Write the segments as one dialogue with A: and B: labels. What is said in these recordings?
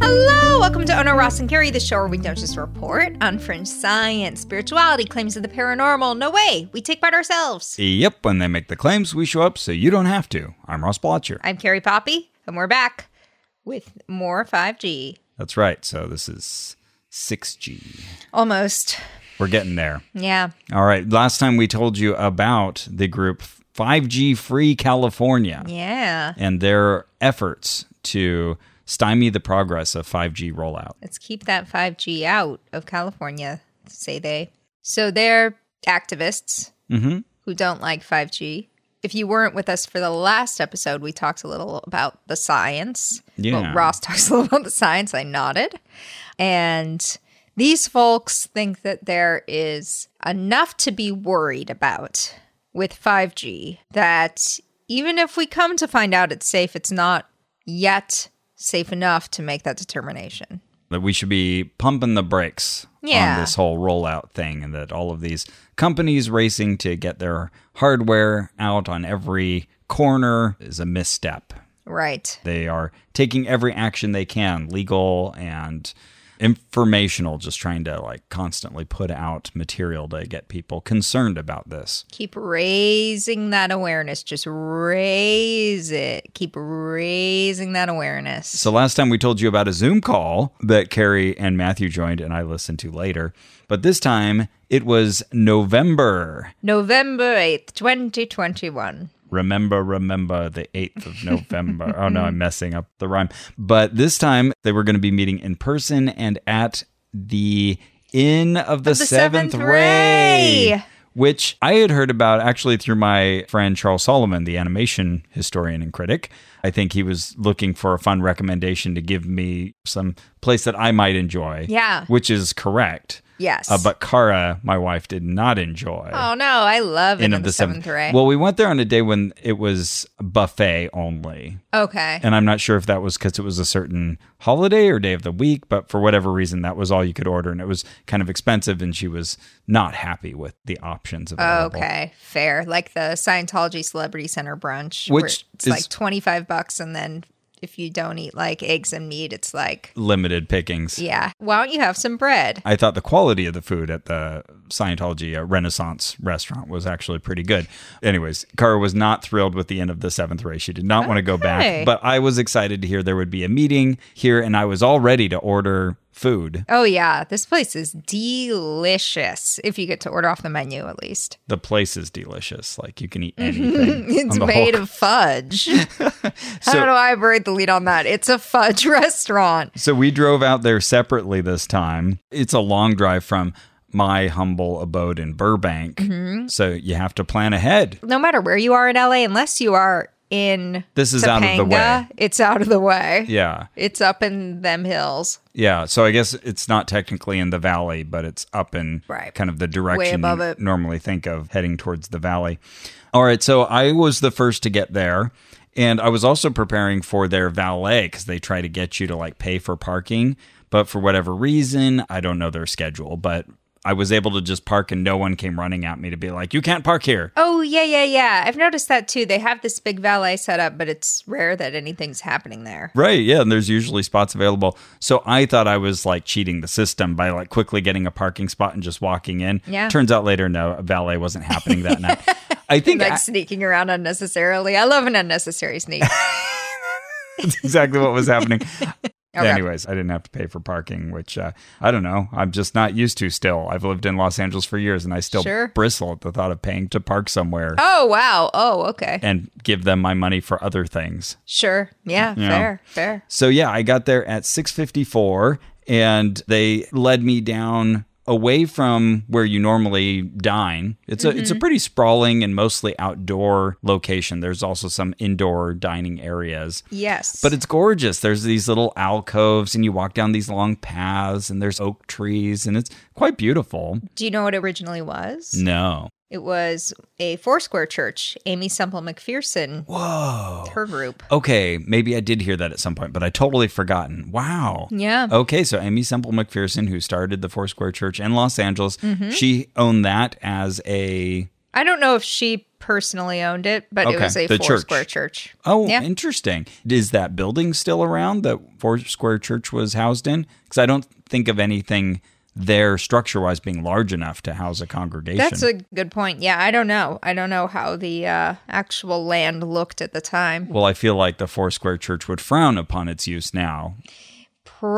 A: Hello, welcome to Ono Ross and Carrie, the show where we don't just report on fringe science, spirituality, claims of the paranormal. No way, we take part ourselves.
B: Yep, when they make the claims, we show up so you don't have to. I'm Ross Blotcher.
A: I'm Carrie Poppy, and we're back with more 5G.
B: That's right. So this is 6G.
A: Almost.
B: We're getting there.
A: Yeah.
B: All right. Last time we told you about the group 5G Free California
A: Yeah.
B: and their efforts to stymie the progress of 5G rollout.
A: Let's keep that 5G out of California, say they. So they're activists who don't like 5G. If you weren't with us for the last episode, we talked a little about the science.
B: Yeah.
A: Well, Ross talks a little about the science. I nodded. And these folks think that there is enough to be worried about with 5G that even if we come to find out it's safe, it's not yet safe enough to make that determination.
B: That we should be pumping the brakes
A: Yeah.
B: on this whole rollout thing and that all of these companies racing to get their hardware out on every corner is a misstep.
A: Right.
B: They are taking every action they can, legal and informational, just trying to like constantly put out material to get people concerned about this.
A: Keep raising that awareness. Just raise it. Keep raising that awareness.
B: So last time we told you about a Zoom call that Carrie and Matthew joined and I listened to later, but this time it was November.
A: November 8th, 2021.
B: Remember, remember the 8th of November. oh no, I'm messing up the rhyme. But this time they were going to be meeting in person and at the Inn of the,
A: the
B: Seventh,
A: Seventh
B: Ray.
A: Ray.
B: Which I had heard about actually through my friend Charles Solomon, the animation historian and critic. I think he was looking for a fun recommendation to give me some place that I might enjoy.
A: Yeah.
B: Which is correct.
A: Yes.
B: Uh, but Kara, my wife, did not enjoy.
A: Oh no, I love it
B: Inn
A: of the seventh ray.
B: Well, we went there on a day when it was buffet only.
A: okay.
B: And I'm not sure if that was because it was a certain holiday or day of the week, but for whatever reason, that was all you could order. And it was kind of expensive. And she was not happy with the options available.
A: Okay, fair. Like the Scientology Celebrity Center brunch,
B: Which
A: where it's
B: is-
A: like twenty five bucks, and then if you don't eat like eggs and meat, it's like,
B: Limited pickings.
A: yeah, why don't you have some bread?
B: I thought the quality of the food at the Scientology uh, Renaissance restaurant was actually pretty good. Anyways, Kara was not thrilled with the end of the seventh race. She did not want to go
A: Okay.
B: back, but I was excited to hear there would be a meeting here, and I was all ready to order food.
A: Oh yeah, this place is delicious. If you get to order off the menu, at least
B: The place is delicious; like you can eat anything.
A: Mm-hmm. it's
B: on the
A: made
B: whole-
A: of fudge. I
B: So-
A: don't know why I buried the lead on that. It's a fudge restaurant.
B: So we drove out there separately this time. It's a long drive from my humble abode in Burbank,
A: Mm-hmm.
B: so you have to plan ahead.
A: No matter where you are in LA, unless you are in
B: This is out of the
A: Topanga,
B: way.
A: It's out of the way.
B: Yeah.
A: It's up in them hills.
B: Yeah, so I guess it's not technically in the valley, but it's up in
A: Right.
B: kind of the direction
A: above
B: you
A: it.
B: normally think of heading towards the valley. All right, so I was the first to get there, and I was also preparing for their valet because they try to get you to like pay for parking, but for whatever reason, I don't know their schedule, but I was able to just park, and no one came running at me to be like, "You can't park here."
A: Oh yeah, yeah, yeah. I've noticed that too. They have this big valet set up, but it's rare that anything's happening there.
B: Right, yeah, and there's usually spots available. So I thought I was like cheating the system by like quickly getting a parking spot and just walking in.
A: Yeah.
B: Turns out later, no, a valet wasn't happening that night. I think
A: Like
B: I-
A: sneaking around unnecessarily. I love an unnecessary sneak.
B: that's exactly what was happening.
A: Okay.
B: Anyways, I didn't have to pay for parking, which uh, I don't know. I'm just not used to still. I've lived in Los Angeles for years and I still
A: Sure.
B: bristle at the thought of paying to park somewhere
A: oh wow. Oh okay.
B: and give them my money for other things.
A: Sure. Yeah.
B: Yeah.
A: Fair. Fair.
B: So yeah, I got there at 6:54 and they led me down away from where you normally dine. It's a it's a pretty sprawling and mostly outdoor location. There's also some indoor dining areas.
A: Yes.
B: But it's gorgeous. There's these little alcoves and you walk down these long paths and there's oak trees and it's quite beautiful.
A: do you know what it originally was?
B: No.
A: It was a Foursquare church. Amy Semple McPherson.
B: Whoa.
A: Her group.
B: Okay, maybe I did hear that at some point, but I totally forgotten. Wow.
A: Yeah.
B: Okay, so Amy Semple
A: Mm-hmm.
B: McPherson, who started the Foursquare Church in Los Angeles, she owned that as a
A: I don't know if she personally owned it, but it
B: Okay,
A: was a
B: the
A: four
B: church.
A: square church.
B: Oh,
A: Yeah.
B: interesting. Is that building still around that Four Square Church was housed in? Because I don't think of anything there structure wise being large enough to house a congregation.
A: That's a good point. Yeah, I don't know. I don't know how the uh, actual land looked at the time.
B: well, I feel like the Four Square Church would frown upon its use now,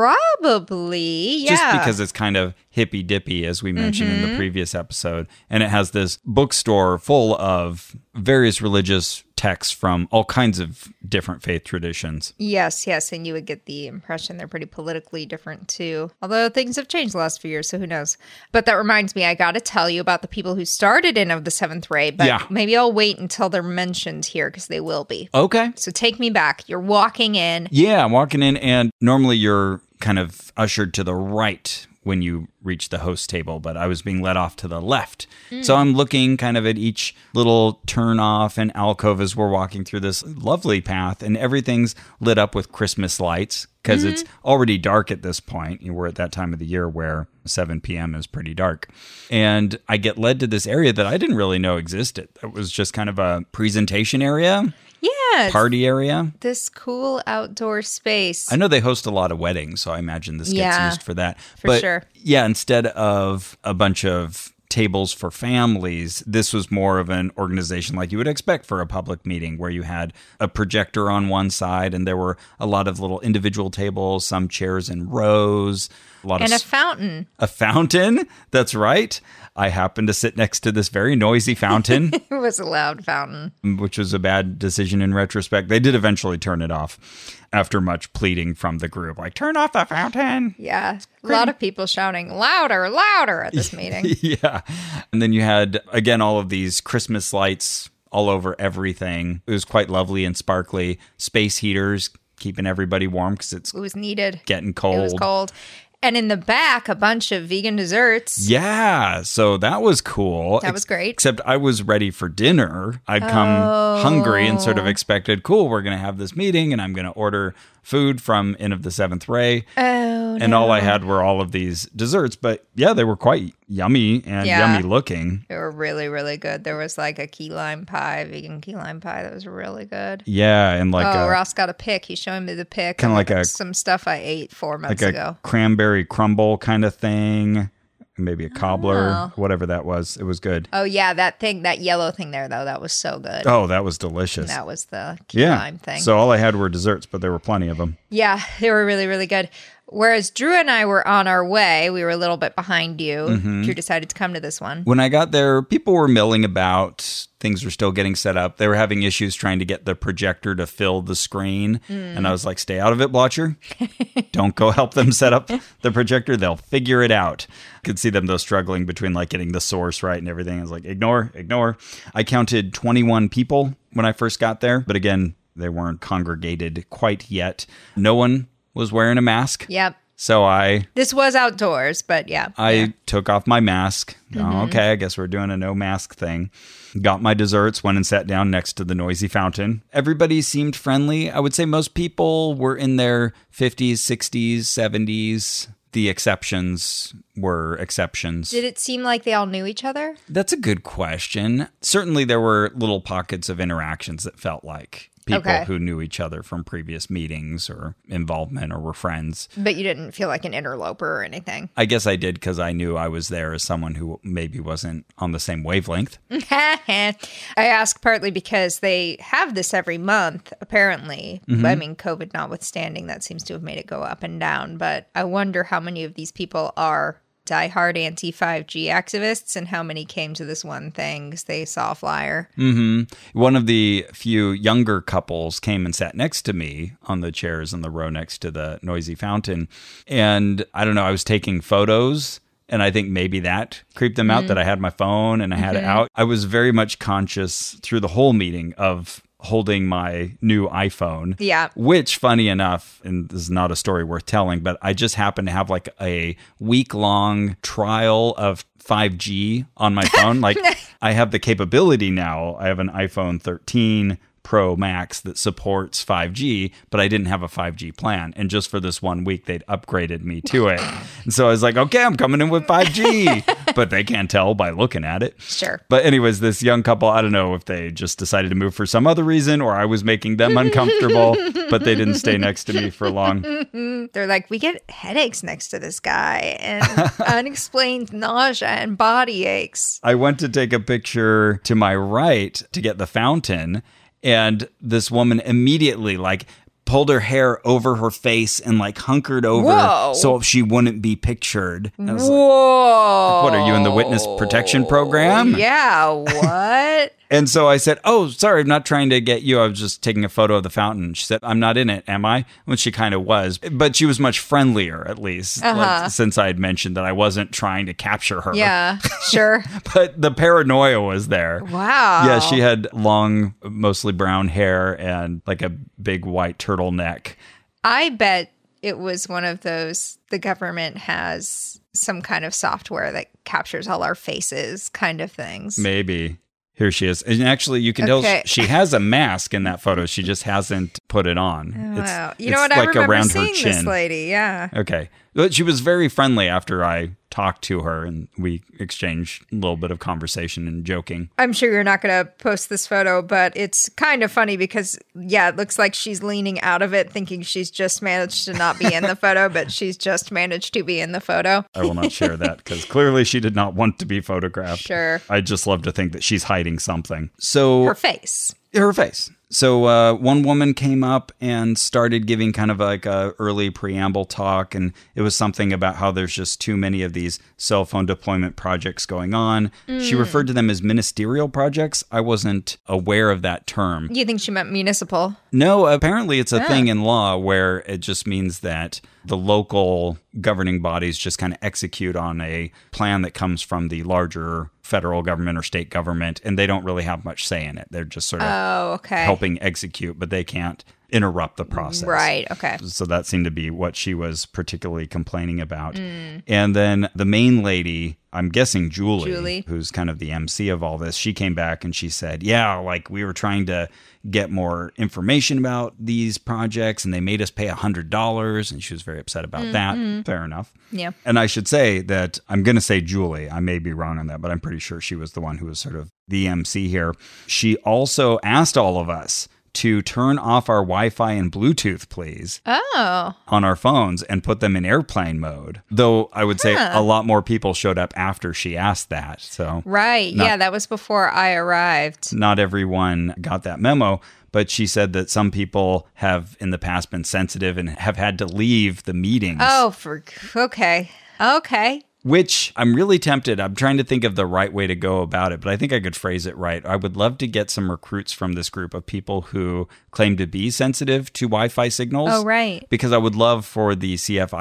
A: Probably, yeah.
B: just because it's kind of hippy dippy, as we mentioned in the previous episode. And it has this bookstore full of various religious texts from all kinds of different faith traditions.
A: Yes, yes, and you would get the impression they're pretty politically different too. Although things have changed the last few years, so who knows? But that reminds me, I got to tell you about the people who started in of the Seventh Ray. But
B: Yeah.
A: maybe I'll wait until they're mentioned here because they will be.
B: Okay.
A: So take me back. You're walking in.
B: Yeah, I'm walking in, and normally you're kind of ushered to the right when you reach the host table, but I was being led off to the left. So I'm looking kind of at each little turn off and alcove as we're walking through this lovely path, and everything's lit up with Christmas lights because it's already dark at this point. You know, We're at that time of the year where 7 p.m. is pretty dark. And I get led to this area that I didn't really know existed. It was just kind of a presentation area,
A: Yeah, it's
B: party area.
A: this cool outdoor space.
B: I know they host a lot of weddings, so I imagine this
A: Yeah,
B: gets used for that. but
A: sure.
B: yeah, instead of a bunch of tables for families, this was more of an organization like you would expect for a public meeting where you had a projector on one side and there were a lot of little individual tables, some chairs in rows, a lot
A: and a
B: of
A: fountain.
B: a fountain. That's right. I happened to sit next to this very noisy fountain
A: It was a loud fountain.
B: which was a bad decision in retrospect. They did eventually turn it off after much pleading from the group, like, turn off the fountain.
A: Yeah. A lot of people shouting louder, louder at this meeting.
B: yeah. And then you had, again, all of these Christmas lights all over everything. It was quite lovely and sparkly. Space heaters keeping everybody warm because it's
A: It was needed.
B: getting cold.
A: It was cold. And in the back, a bunch of vegan desserts.
B: Yeah, so that was cool.
A: That was great.
B: Except I was ready for dinner. I'd come hungry and
A: Oh.
B: sort of expected, cool, we're going to have this meeting and I'm going to order food from Inn of the Seventh Ray.
A: Oh,
B: and all I had were all of these desserts. But yeah, they were quite yummy and
A: Yeah.
B: yummy looking.
A: They were really, really good. There was like a key lime pie, vegan key lime pie that was really good.
B: Yeah, and like
A: oh,
B: a
A: Ross got a pic. He's showing me the pic.
B: Kinda
A: of
B: like a-
A: some stuff I ate four
B: like
A: months
B: a
A: ago.
B: cranberry crumble kind of thing, maybe a cobbler, whatever that was. It was good.
A: Oh yeah, that thing, that yellow thing there though, that was so good.
B: Oh, that was delicious.
A: That was the key
B: yeah.
A: lime thing.
B: So all I had were desserts, but there were plenty of them.
A: Yeah, they were really, really good. Whereas Drew and I were on our way, we were a little bit behind you.
B: Mm-hmm.
A: Drew decided to come to this one.
B: When I got there, people were milling about. Things were still getting set up. They were having issues trying to get the projector to fill the screen. And I was like, stay out of it, Blotcher. Don't go help them set up the projector. They'll figure it out. I could see them, though, struggling between like getting the source right and everything. I was like, ignore, ignore. I counted 21 people when I first got there. But again, they weren't congregated quite yet. No one was wearing a mask.
A: Yep.
B: So I
A: This was outdoors, but yeah. Mm-hmm.
B: I took off my mask. Oh, okay, I guess we're doing a no mask thing. Got my desserts, went and sat down next to the noisy fountain. Everybody seemed friendly. I would say most people were in their 50s, 60s, 70s. The exceptions were exceptions.
A: Did it seem like they all knew each other?
B: That's a good question. Certainly, there were little pockets of interactions that felt like people
A: Okay.
B: who knew each other from previous meetings or involvement or were friends.
A: But you didn't feel like an interloper or anything.
B: I guess I did because I knew I was there as someone who maybe wasn't on the same wavelength.
A: I ask partly because they have this every month, apparently.
B: Mm-hmm.
A: I mean, COVID notwithstanding, that seems to have made it go up and down. But I wonder how many of these people are diehard anti 5G activists and how many came to this one thing because they saw a flyer.
B: Mm. One of the few younger couples came and sat next to me on the chairs in the row next to the noisy fountain. And I don't know, I was taking photos. And I think maybe that creeped them out that I had my phone and I had it out. I was very much conscious through the whole meeting of holding my new iPhone.
A: Yeah.
B: Which, funny enough, and this is not a story worth telling, but I just happened to have like a week long trial of 5G on my phone. like, I have the capability now. I have an iPhone 13 Pro Max that supports 5G, but I didn't have a 5G plan. And just for this one week, they'd upgraded me to it. And so I was like, okay, I'm coming in with 5G, but they can't tell by looking at it.
A: Sure.
B: But, anyways, this young couple, I don't know if they just decided to move for some other reason or I was making them uncomfortable, but they didn't stay next to me for long.
A: They're like, we get headaches next to this guy and unexplained nausea and body aches.
B: I went to take a picture to my right to get the fountain, and this woman immediately like pulled her hair over her face and like hunkered over
A: Whoa.
B: so she wouldn't be pictured. And I was like,
A: Whoa.
B: what are you in the witness protection program?
A: Yeah, what?
B: And so I said, "Oh, sorry, I'm not trying to get you. I was just taking a photo of the fountain." She said, "I'm not in it, am I?" Well, she kind of was, but she was much friendlier, at least, like, since I had mentioned that I wasn't trying to capture her.
A: Uh-huh. yeah, sure.
B: but the paranoia was there.
A: Wow.
B: Yeah, she had long, mostly brown hair and like a big white turtleneck.
A: I bet it was one of those the government has some kind of software that captures all our faces kind of things.
B: Maybe. Here she is. And actually, you can tell
A: Okay.
B: she has a mask in that photo. She just hasn't put it on.
A: Oh, wow. You know what I remember seeing this lady, yeah.
B: Okay. But she was very friendly after I talked to her and we exchanged a little bit of conversation and joking.
A: I'm sure you're not going to post this photo, but it's kind of funny because, yeah, it looks like she's leaning out of it thinking she's just managed to not be in the photo, but she's just managed to be in the photo.
B: I will not share that because clearly she did not want to be photographed.
A: Sure.
B: I just love to think that she's hiding something. So
A: Her face.
B: her face. So uh, one woman came up and started giving kind of like a early preamble talk, and it was something about how there's just too many of these cell phone deployment projects going on. She referred to them as ministerial projects. I wasn't aware of that term.
A: You think she meant municipal?
B: No, apparently it's a thing in law where it just means that the local governing bodies just kind of execute on a plan that comes from the larger federal government or state government, and they don't really have much say in it. They're just sort of
A: Oh, okay.
B: helping execute, but they can't interrupt the process.
A: Right. Okay.
B: So that seemed to be what she was particularly complaining about. And then the main lady, I'm guessing Julie,
A: Julie.
B: who's kind of the MC of all this, she came back and she said, Yeah, like we were trying to get more information about these projects and they made us pay $100. And she was very upset about
A: Mm-hmm.
B: that. Fair enough.
A: Yeah.
B: And I should say that I'm going to say Julie. I may be wrong on that, but I'm pretty sure she was the one who was sort of the MC here. She also asked all of us to turn off our Wi Fi and Bluetooth, please,
A: Oh,
B: on our phones and put them in airplane mode. Though I would say a lot more people showed up after she asked that. So
A: right. yeah, that was before I arrived.
B: not everyone got that memo, but she said that some people have in the past been sensitive and have had to leave the meetings.
A: Oh, for okay. Okay.
B: which I'm really tempted. I'm trying to think of the right way to go about it, but I think I could phrase it right. I would love to get some recruits from this group of people who claim to be sensitive to Wi Fi signals.
A: Oh, right.
B: Because I would love for the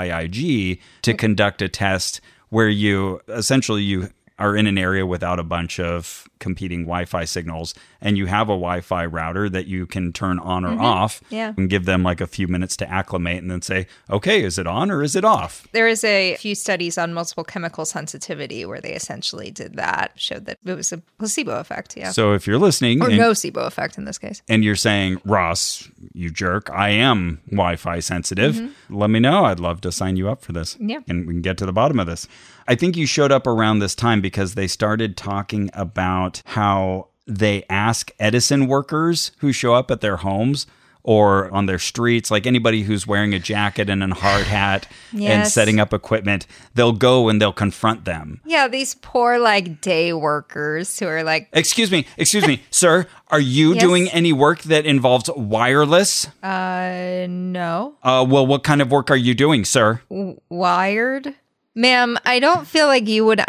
B: CFIIG to conduct a test where you essentially you are in an area without a bunch of competing Wi-Fi signals and you have a Wi-Fi router that you can turn on or off
A: Mm-hmm. Yeah.
B: and give them like a few minutes to acclimate and then say, "Okay, is it on or is it off?"
A: There is a few studies on multiple chemical sensitivity where they essentially did that, showed that it was a placebo effect. Yeah.
B: So if you're listening
A: or
B: and-
A: nocebo effect in this case.
B: and you're saying, Ross, you jerk, I am Wi Fi sensitive, let me know. I'd love to sign you up for this.
A: Mm-hmm. Yeah.
B: And we can get to the bottom of this. I think you showed up around this time because they started talking about how they ask Edison workers who show up at their homes or on their streets, like anybody who's wearing a jacket and a hard hat and
A: Yes.
B: setting up equipment, they'll go and they'll confront them.
A: Yeah, these poor like day workers who are like,
B: Excuse me, excuse me, sir, are you
A: Yes.
B: doing any work that involves wireless?
A: uh, no,
B: Uh, well, what kind of work are you doing, sir?
A: w- wired. Ma'am, I don't feel like you would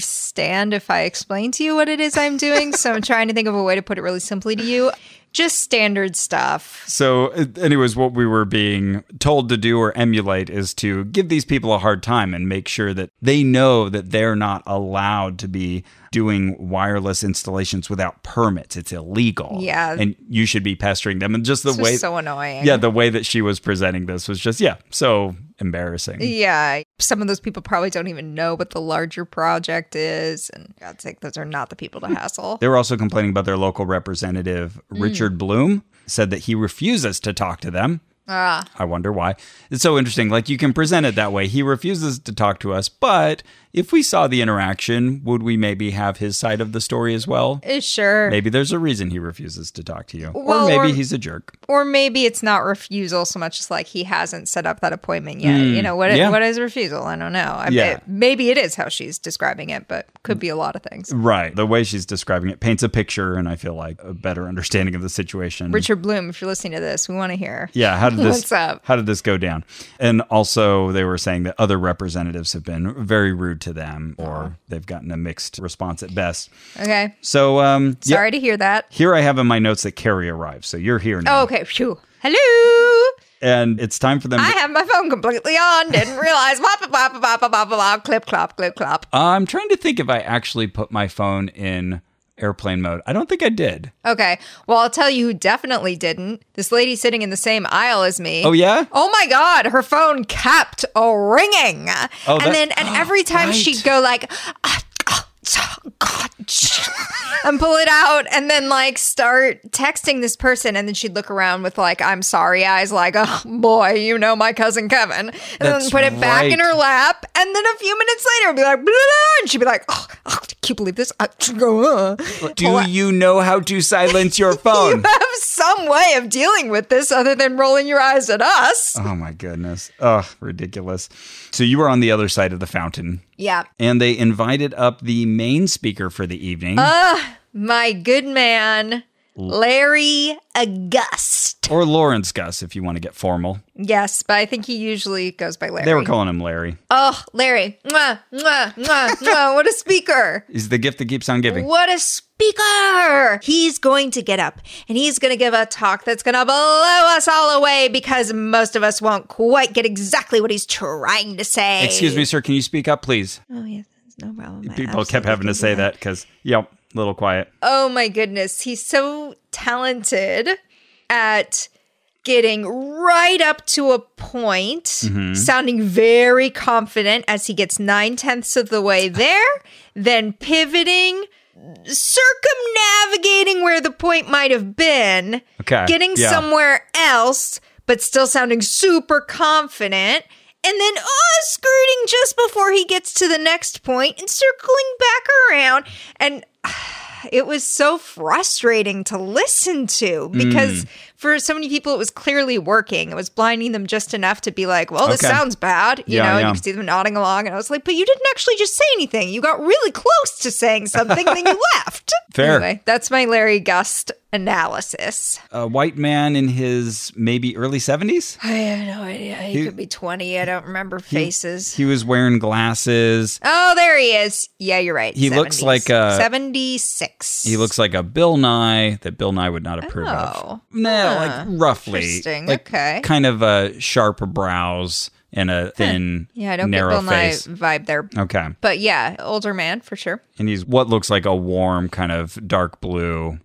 A: understand if I explained to you what it is I'm doing. so I'm trying to think of a way to put it really simply to you. Just standard stuff.
B: So, uh, anyways, what we were being told to do or emulate is to give these people a hard time and make sure that they know that they're not allowed to be doing wireless installations without permits. It's illegal.
A: Yeah.
B: And you should be pestering them. And just the
A: It's
B: way,
A: just so annoying.
B: yeah, the way that she was presenting this was just, yeah, so embarrassing.
A: Yeah. some of those people probably don't even know what the larger project is. And God's sake, those are not the people to hassle.
B: They were also complaining about their local representative,
A: Hmm.
B: Richard Bloom, said that he refuses to talk to them.
A: Ah,
B: I wonder why. It's so interesting. Like you can present it that way. He refuses to talk to us, but if we saw the interaction, would we maybe have his side of the story as well?
A: eh, sure.
B: Maybe there's a reason he refuses to talk to you.
A: Well,
B: or maybe
A: or-
B: he's a jerk.
A: Or maybe it's not refusal so much as like he hasn't set up that appointment yet. you know, what,
B: Hmm, yeah.
A: what is refusal? I don't know. I
B: Yeah.
A: it- maybe it is how she's describing it, but could be a lot of things.
B: Right. The way she's describing it paints a picture and I feel like a better understanding of the situation.
A: Richard Bloom, if you're listening to this, we want to hear.
B: Yeah, how did this
A: What's up?
B: how did this go down? And also they were saying that other representatives have been very rude to them or they've gotten a mixed response at best.
A: Okay.
B: So um yeah,
A: Sorry to hear that.
B: here I have in my notes that Carrie arrived. So you're here now.
A: Oh, okay. Phew. Hello.
B: And it's time for them
A: I
B: to,
A: have my phone completely on. Didn't realize. Wop, wop, wop, wop, wop, wop, wop, clip, clop, clip, clop.
B: I'm trying to think if I actually put my phone in airplane mode. I don't think I did.
A: Okay. Well, I'll tell you who definitely didn't. This lady sitting in the same aisle as me.
B: Oh yeah?
A: Oh my God, her phone kept ringing.
B: Oh, that-
A: and then, and every time
B: Right.
A: she'd go like, "Ah, ah, ah, God, and pull it out and then like start texting this person. And then she'd look around with like, I'm sorry eyes, like, oh boy, you know my cousin Kevin. And then
B: That's
A: put it back in
B: right.
A: her lap. And then a few minutes later, it'd be like, blah, blah, blah, and she'd be like, oh, oh, can you believe this? Uh, uh, pull
B: Do you know how to silence your phone?
A: have some way of dealing with this other than rolling your eyes at us.
B: oh my goodness. Ugh, ridiculous. So you were on the other side of the fountain.
A: Yeah.
B: and they invited up the main speaker for the evening,
A: Uh. My good man, Larry August.
B: or Lawrence Gus, if you want to get formal.
A: Yes, but I think he usually goes by Larry.
B: They were calling him Larry.
A: oh, Larry. Mwah, mwah, mwah, mwah. What a speaker.
B: He's the gift that keeps on giving.
A: What a speaker! He's going to get up and he's going to give a talk that's going to blow us all away because most of us won't quite get exactly what he's trying to say.
B: Excuse me, sir. Can you speak up, please?
A: Oh, yes, no problem. I
B: People kept
A: absolutely
B: having to
A: can do
B: say that because, yep, little quiet.
A: Oh my goodness, he's so talented at getting right up to a point,
B: Mm-hmm.
A: sounding very confident as he gets nine tenths of the way there, then pivoting, circumnavigating where the point might have been,
B: Okay,
A: getting
B: yeah.
A: somewhere else, but still sounding super confident. And then, oh, skirting just before he gets to the next point and circling back around. And it was so frustrating to listen to
B: Mm.
A: because for so many people it was clearly working. It was blinding them just enough to be like, "Well, this
B: Okay.
A: sounds bad," you
B: Yeah,
A: know. And
B: yeah.
A: you could see them nodding along, and I was like, "But you didn't actually just say anything. You got really close to saying something, then you left."
B: Fair.
A: Anyway, that's my Larry Gust analysis.
B: A white man in his maybe early 70s?
A: I have no idea. He, could be twenty. I don't remember faces.
B: He was wearing glasses.
A: oh, there he is. Yeah, you're right.
B: He looks like a-
A: seventy six.
B: He looks like a Bill Nye that Bill Nye would not approve
A: Oh.
B: of. Nah, like roughly.
A: Interesting.
B: Like,
A: Okay.
B: Kind of a sharp brows and a thin,
A: Yeah, I don't get
B: narrow
A: Bill Nye
B: face.
A: vibe there.
B: Okay.
A: But yeah, older man for sure.
B: and he's what looks like a warm kind of dark blue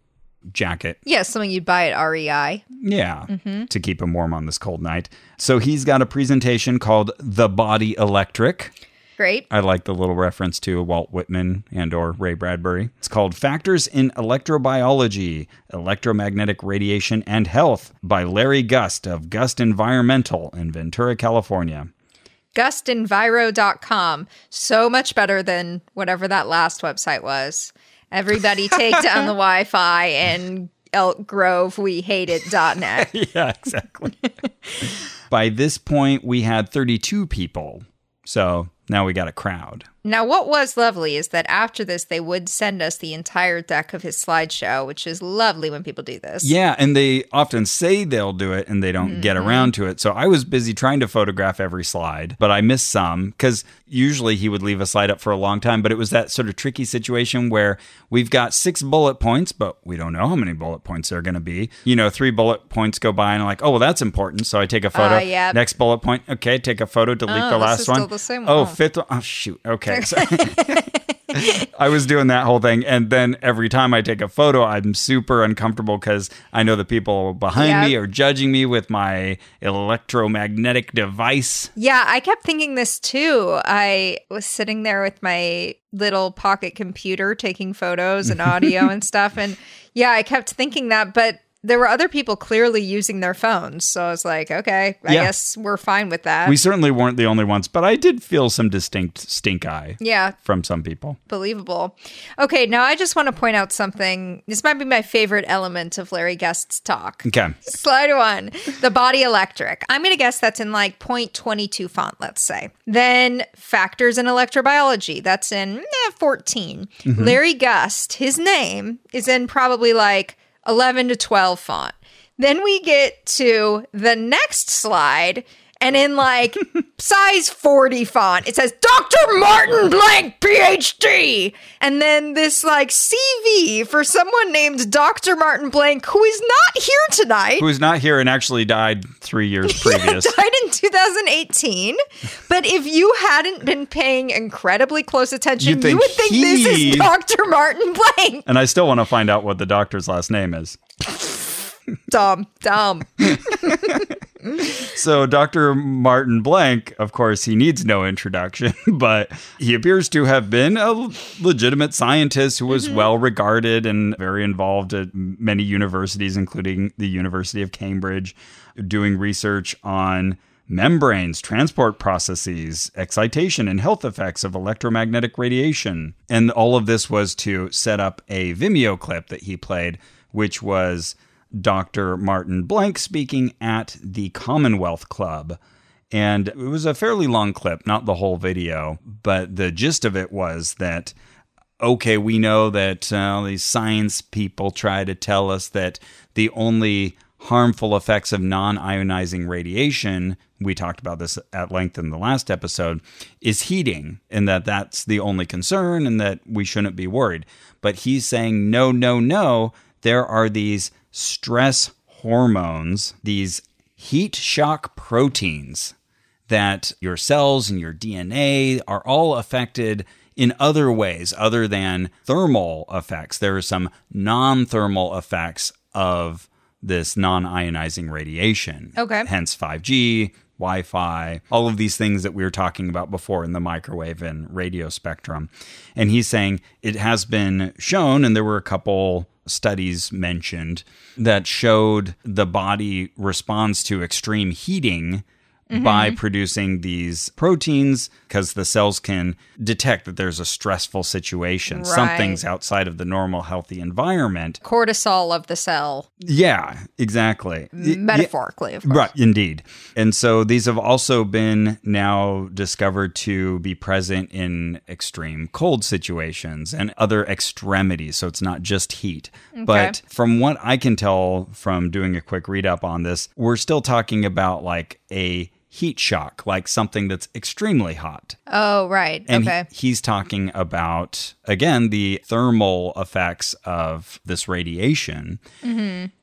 B: jacket.
A: Yeah, something you'd buy at E REI.
B: Yeah, to keep him warm on this cold night. So he's got a presentation called "The Body Electric."
A: Great.
B: I like the little reference to Walt Whitman and or Ray Bradbury. It's called Factors in Electrobiology, Electromagnetic Radiation and Health by Larry Gust of Gust Environmental in Ventura, California.
A: GustEnviro.com. So much better than whatever that last website was. Everybody take down the Wi Fi and Elk Grove, we hate it dot net.
B: yeah, exactly. By this point, we had 32 people. So now we got a crowd.
A: now, what was lovely is that after this, they would send us the entire deck of his slideshow, which is lovely when people do this.
B: Yeah, and they often say they'll do it and they don't get
A: Mm-hmm.
B: around to it. So I was busy trying to photograph every slide, but I missed some because usually he would leave a slide up for a long time. But it was that sort of tricky situation where we've got six bullet points, but we don't know how many bullet points there are going to be. You know, three bullet points go by and I'm like, oh, well, that's important. So I take a photo.
A: Ah, yep.
B: Next bullet point. Okay, take a photo, delete
A: Oh,
B: the
A: this
B: last
A: is
B: one.
A: still the same
B: Oh,
A: one.
B: fifth one. Oh, shoot. Okay. So- I was doing that whole thing. And then every time I take a photo, I'm super uncomfortable because I know the people behind
A: Yeah.
B: me are judging me with my electromagnetic device.
A: Yeah, I kept thinking this too. I was sitting there with my little pocket computer taking photos and audio and stuff. And yeah, I kept thinking that, but there were other people clearly using their phones. So I was like, okay, I
B: Yeah.
A: guess we're fine with that.
B: We certainly weren't the only ones, but I did feel some distinct stink eye
A: yeah,
B: from some people.
A: believable. Okay, now I just want to point out something. This might be my favorite element of Larry Guest's talk.
B: Okay.
A: Slide one, the body electric. I'm going to guess that's in like 0.22 font, let's say. Then factors in electrobiology, that's in eh, 14. Larry Gust, his name is in probably like 11 to 12 font. Then we get to the next slide. And in like size 40 font, it says Dr. Martin Blank, PhD. And then this like CV for someone named Dr. Martin Blank, who is not here tonight.
B: Who's not here and actually died three years previous.
A: Died in 2018. But if you hadn't been paying incredibly close attention,
B: You'd
A: you
B: think
A: would think this
B: he-
A: is Dr. Martin Blank.
B: and I still want to find out what the doctor's last name is.
A: Dumb, dumb.
B: So, Dr. Martin Blank, of course, he needs no introduction, but he appears to have been a legitimate scientist who was well regarded and very involved at many universities, including the University of Cambridge, doing research on membranes, transport processes, excitation, and health effects of electromagnetic radiation. And all of this was to set up a Vimeo clip that he played, which was. Dr. Martin Blank speaking at the Commonwealth Club. And it was a fairly long clip, not the whole video, but the gist of it was that okay, we know that uh, all these science people try to tell us that the only harmful effects of non ionizing radiation, we talked about this at length in the last episode, is heating, and that that's the only concern and that we shouldn't be worried. But he's saying, no, no, no, there are these stress hormones, these heat shock proteins that your cells and your DNA are all affected in other ways other than thermal effects. There are some non thermal effects of this non ionizing radiation.
A: Okay.
B: Hence 5G, Wi Fi, all of these things that we were talking about before in the microwave and radio spectrum. And he's saying it has been shown, and there were a couple studies mentioned that showed the body responds to extreme heating by
A: Mm-hmm.
B: producing these proteins because the cells can detect that there's a stressful situation. Something's
A: Right.
B: outside of the normal healthy environment.
A: Cortisol of the cell,
B: Yeah, exactly. Y- yeah.
A: metaphorically, of course.
B: Right, indeed. And so these have also been now discovered to be present in extreme cold situations and other extremities. So it's not just heat. But from what I can tell from doing a quick read up on this, we're still talking about like a heat shock, like something that's extremely hot.
A: Oh, right.
B: And
A: okay.
B: he- he's talking about, again, the thermal effects of this radiation.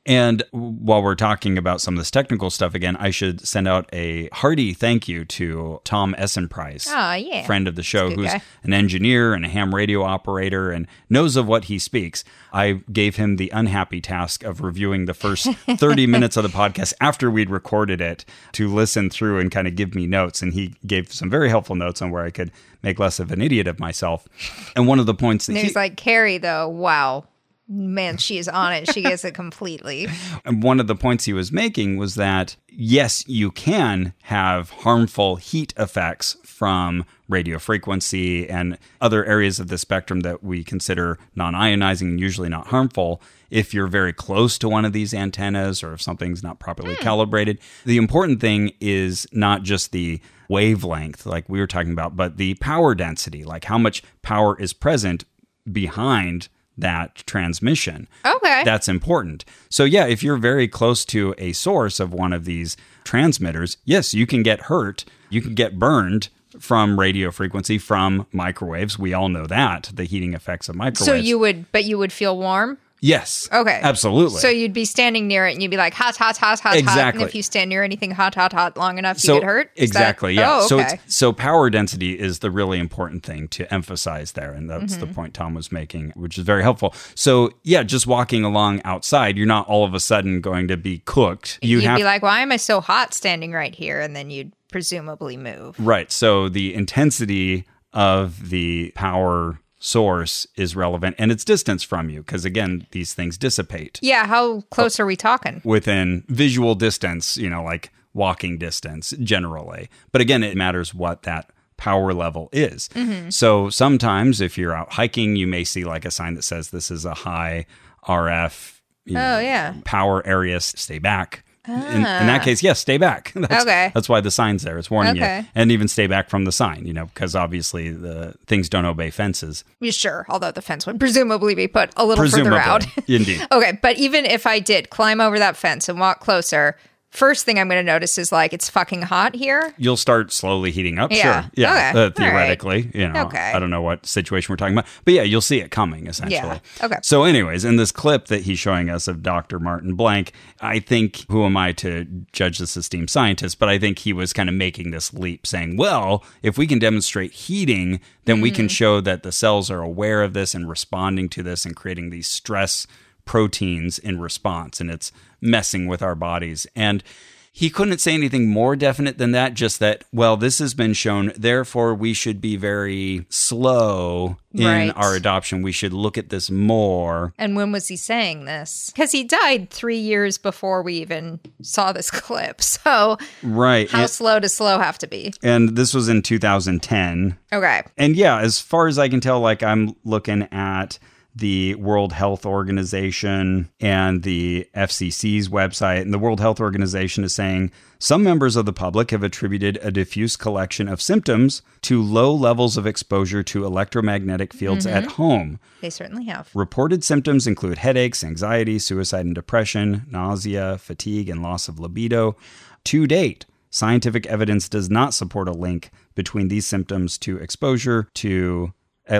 B: And while we're talking about some of this technical stuff again, I should send out a hearty thank you to Tom Essenprice,
A: Ah, yeah.
B: friend of the show,
A: good
B: who's
A: guy.
B: an engineer and a ham radio operator and knows of what he speaks. I gave him the unhappy task of reviewing the first 30 minutes of the podcast after we'd recorded it to listen through and kind of give me notes. And he gave some very helpful notes on where I could make less of an idiot of myself. And one of the points that
A: And
B: he,
A: he's like, Carrie, though, wow. Man, she is on it. She gets it completely.
B: And one of the points he was making was that yes, you can have harmful heat effects from radio frequency and other areas of the spectrum that we consider non ionizing and usually not harmful if you're very close to one of these antennas or if something's not properly calibrated. The important thing is not just the wavelength, like we were talking about, but the power density, like how much power is present behind that transmission.
A: Okay.
B: That's important. So, yeah, if you're very close to a source of one of these transmitters, yes, you can get hurt. You can get burned from radio frequency, from microwaves. We all know that, the heating effects of microwaves.
A: so you would, but you would feel warm?
B: Yes.
A: Okay.
B: Absolutely.
A: So you'd be standing near it and you'd be like hot, hot, hot, hot, hot. And
B: Exactly.
A: if you stand near anything hot, hot, hot long enough,
B: so
A: you get hurt. Is that-
B: exactly yeah
A: Oh,
B: so
A: okay.
B: it's, so power density is the really important thing to emphasize there and that's
A: Mm-hmm.
B: the point tom was making which is very helpful so yeah just walking along outside you're not all of a sudden going to be cooked you
A: you'd
B: have
A: be like, why am I so hot standing right here? And then you'd presumably move.
B: right so the intensity of the power source is relevant and its distance from you because again these things dissipate
A: Yeah. How close are we talking?
B: within visual distance, you know, like walking distance generally. But again, it matters what that power level is. So sometimes if you're out hiking, you may see like a sign that says this is a high RF you
A: Oh, yeah.
B: power area, s- stay back. In, in that case, yes, stay back. That's,
A: Ah. Okay.
B: That's why the sign's there. It's warning
A: Okay.
B: you. And even stay back from the sign, you know, because obviously the things don't obey fences.
A: You sure? Although the fence would presumably be put a little
B: Presumably.
A: further out.
B: Indeed.
A: okay. But even if I did climb over that fence and walk closer, first thing I'm going to notice is like, it's fucking hot here.
B: you'll start slowly heating up.
A: Yeah.
B: Sure. Yeah.
A: Okay.
B: Uh, theoretically, you know,
A: Okay.
B: I don't know what situation we're talking about, but yeah, you'll see it coming essentially.
A: Yeah. Okay.
B: So, anyways, in this clip that he's showing us of Dr. Martin Blank, I think, who am I to judge this esteemed scientist, but I think he was kind of making this leap saying, well, if we can demonstrate heating, then we can show that the cells are aware of this and responding to this and creating these stress proteins in response. And it's messing with our bodies. And he couldn't say anything more definite than that, just that, well, this has been shown, therefore we should be very slow in
A: Right.
B: our adoption. We should look at this more.
A: And when was he saying this? Because he died three years before we even saw this clip. So
B: Right.
A: how
B: And,
A: slow does slow have to be?
B: and this was in 2010.
A: Okay.
B: And yeah, as far as I can tell, like I'm looking at the World Health Organization and the FCC's website. And the World Health Organization is saying some members of the public have attributed a diffuse collection of symptoms to low levels of exposure to electromagnetic fields at home.
A: They certainly have.
B: Reported symptoms include headaches, anxiety, suicide and depression, nausea, fatigue, and loss of libido. To date, scientific evidence does not support a link between these symptoms to exposure to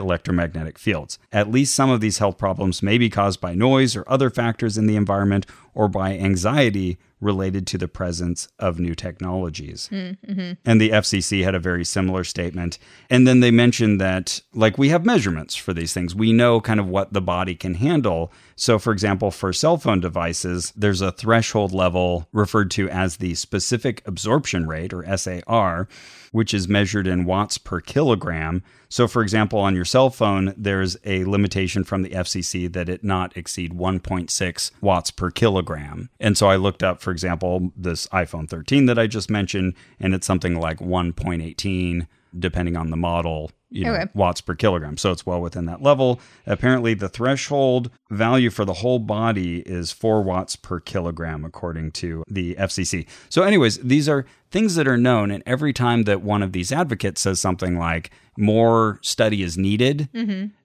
B: electromagnetic fields. At least some of these health problems may be caused by noise or other factors in the environment or by anxiety related to the presence of new technologies. And the FCC had a very similar statement. And then they mentioned that, like, we have measurements for these things. We know kind of what the body can handle. So, for example, for cell phone devices, there's a threshold level referred to as the specific absorption rate or SAR, which is measured in watts per kilogram. So, for example, on your cell phone, there's a limitation from the FCC that it not exceed 1.6 watts per kilogram. And so I looked up, for example, this iPhone 13 that I just mentioned, and it's something like 1.18, depending on the model, you know,
A: Okay.
B: watts per kilogram. So it's well within that level. Apparently, the threshold value for the whole body is four watts per kilogram, according to the FCC. So, anyways, these are things that are known. And every time that one of these advocates says something like more study is needed,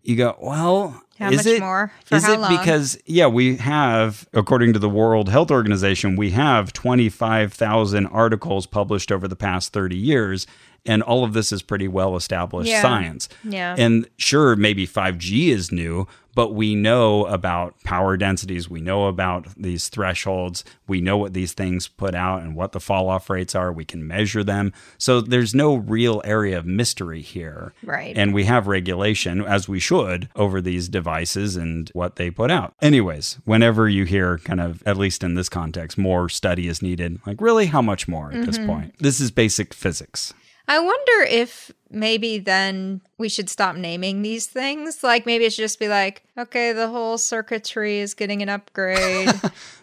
B: you go, well,
A: Mm-hmm. How
B: is
A: much
B: it,
A: more? For
B: is
A: how
B: it
A: long?
B: because, yeah, we have, according to the World Health Organization, we have 25,000 articles published over the past 30 years. And all of this is pretty well established
A: Yeah.
B: science.
A: Yeah.
B: And sure, maybe 5G is new, but we know about power densities. We know about these thresholds. We know what these things put out and what the fall off rates are. We can measure them. So there's no real area of mystery here.
A: Right.
B: And we have regulation, as we should, over these devices and what they put out. Anyways, whenever you hear kind of, at least in this context, more study is needed, like really, how much more at this
A: Mm-hmm.
B: point? This is basic physics.
A: I wonder if maybe then we should stop naming these things. Like maybe it should just be like, okay, the whole circuitry is getting an upgrade.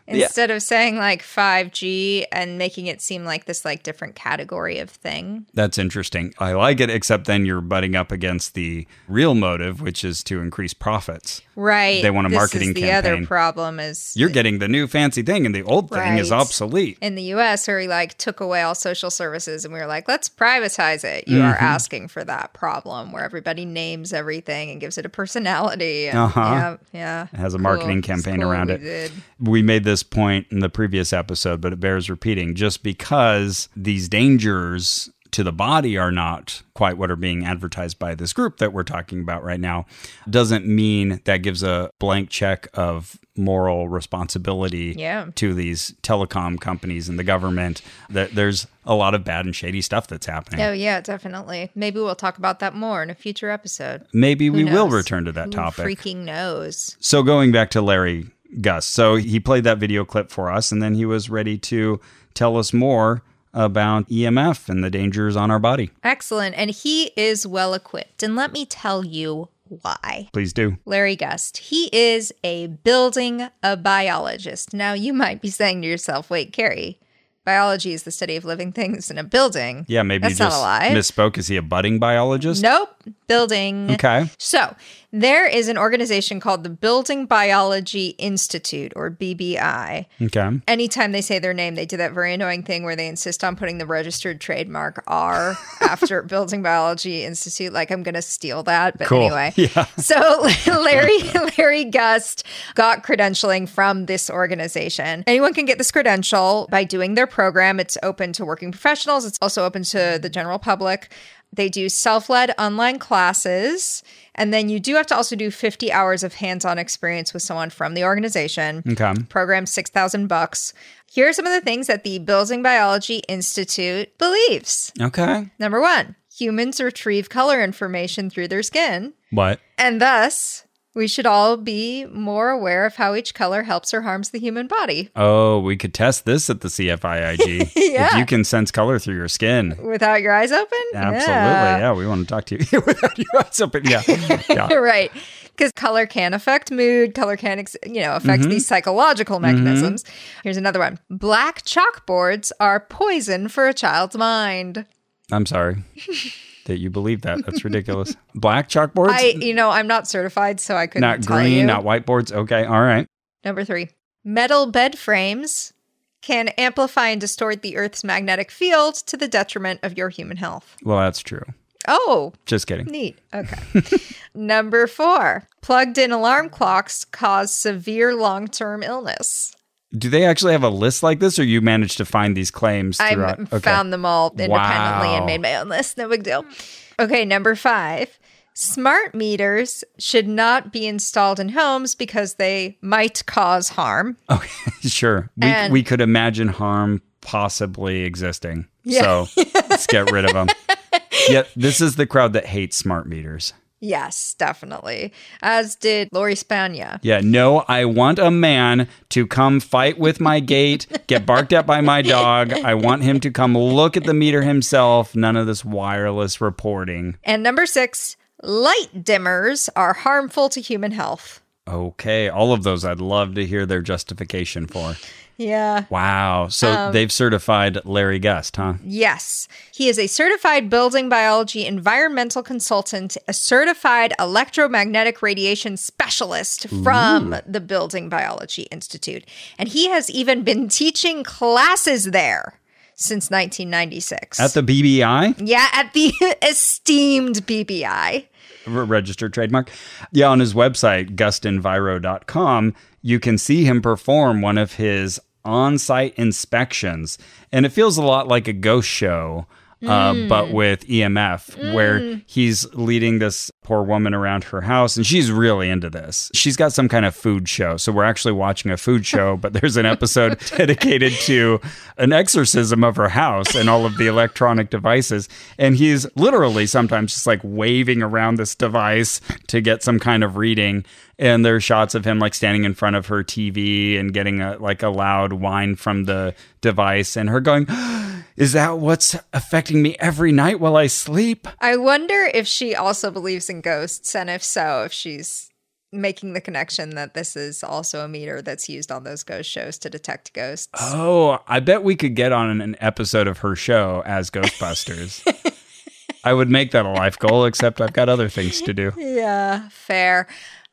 A: Instead of saying like 5G and making it seem like this like different category of thing.
B: That's interesting. I like it, except then you're butting up against the real motive, which is to increase profits.
A: Right.
B: They want a
A: This is
B: marketing
A: the
B: campaign.
A: other problem is
B: You're getting the new fancy thing, and the old thing is
A: Right.
B: obsolete.
A: in the US where we like took away all social services and we were like, let's privatize it. You
B: Mm-hmm.
A: are asking for that problem where everybody names everything and gives it a personality. And,
B: Uh-huh.
A: Yeah. Yeah.
B: It has a marketing
A: It's
B: campaign around
A: we
B: it.
A: did.
B: We made this point in the previous episode, but it bears repeating. Just because these dangers to the body are not quite what are being advertised by this group that we're talking about right now doesn't mean that gives a blank check of moral responsibility
A: Yeah.
B: to these telecom companies and the government that there's a lot of bad and shady stuff that's happening
A: Oh, yeah, definitely. Maybe we'll talk about that more in a future episode.
B: maybe we will
A: knows?
B: return to that topic
A: Who freaking knows?
B: So going back to Larry Gus, so he played that video clip for us, and then he was ready to tell us more about EMF and the dangers on our body.
A: Excellent. And he is well equipped. And let me tell you why.
B: Please do.
A: Larry Gust. He is a building a biologist. Now you might be saying to yourself, "Wait, Carrie, biology is the study of living things in a building."
B: Yeah, maybe
A: that's
B: you just
A: not a lie.
B: misspoke. Is he a budding biologist?
A: nope, building.
B: Okay.
A: So there is an organization called the Building Biology Institute, or BBI.
B: Okay.
A: Anytime they say their name, they do that very annoying thing where they insist on putting the registered trademark R after Building Biology Institute. Like I'm going to steal that, but
B: Cool.
A: anyway.
B: Yeah.
A: So Larry Larry Gust got credentialing from this organization. Anyone can get this credential by doing their program. It's open to working professionals. It's also open to the general public. They do self-led online classes, and then you do have to also do 50 hours of hands-on experience with someone from the organization
B: Okay.
A: program 6000 bucks. Here are some of the things that the Building Biology Institute believes.
B: Okay.
A: Number 1, humans retrieve color information through their skin,
B: What?
A: and thus we should all be more aware of how each color helps or harms the human body
B: Oh, we could test this at the CFIIG. If
A: Yeah.
B: you can sense color through your skin.
A: without your eyes open.
B: Absolutely.
A: Yeah.
B: Yeah. we want to talk to you without your eyes open. Yeah. Yeah.
A: right. Because color can affect mood, color can, ex- you know, affect
B: Mm-hmm.
A: these psychological mechanisms. Here's another one. Black chalkboards are poison for a child's mind.
B: I'm sorry that you believe that. That's ridiculous. Black chalkboards?
A: I, you know, I'm not certified, so I couldn't
B: not
A: tell
B: green,
A: you.
B: not whiteboards. Okay, all right.
A: Number three, metal bed frames can amplify and distort the Earth's magnetic field to the detriment of your human health.
B: Well, that's true.
A: Oh,
B: Just kidding.
A: neat. Okay. Number four, plugged in alarm clocks cause severe long term illness.
B: Do they actually have a list like this, or you managed to find these claims
A: I
B: throughout?
A: m- found them all independently
B: Wow.
A: and made my own list. No big deal. Okay, number five. Smart meters should not be installed in homes because they might cause harm.
B: okay, sure. We
A: And-
B: we could imagine harm possibly existing. So let's get rid of them. Yep, this is the crowd that hates smart meters.
A: Yes, definitely. As did Lori Spagna.
B: Yeah, no, I want a man to come fight with my gate, get barked at by my dog. I want him to come look at the meter himself. None of this wireless reporting.
A: And number six, light dimmers are harmful to human health.
B: Okay, all of those I'd love to hear their justification for.
A: Yeah.
B: Wow. So they've certified Larry Gust, huh?
A: Yes. He is a certified building biology environmental consultant, a certified electromagnetic radiation specialist from the Building Biology Institute. And he has even been teaching classes there since 1996.
B: At the BBI,
A: yeah, at the esteemed BBI.
B: re- registered trademark. Yeah, on his website, gustinviro.com, you can see him perform one of his on site inspections. And it feels a lot like a ghost show. Uh, But with EMF, where he's leading this poor woman around her house, and she's really into this. She's got some kind of food show. So we're actually watching a food show, but there's an episode dedicated to an exorcism of her house and all of the electronic devices. And he's literally sometimes just like waving around this device to get some kind of reading. And there are shots of him like standing in front of her TV and getting a, like a loud whine from the device and her going, Is that what's affecting me every night while I sleep?
A: I wonder if she also believes in ghosts, and if so, if she's making the connection that this is also a meter that's used on those ghost shows to detect ghosts.
B: Oh, I bet we could get on an episode of her show as Ghostbusters. I would make that a life goal, except I've got other things to do.
A: Yeah, fair.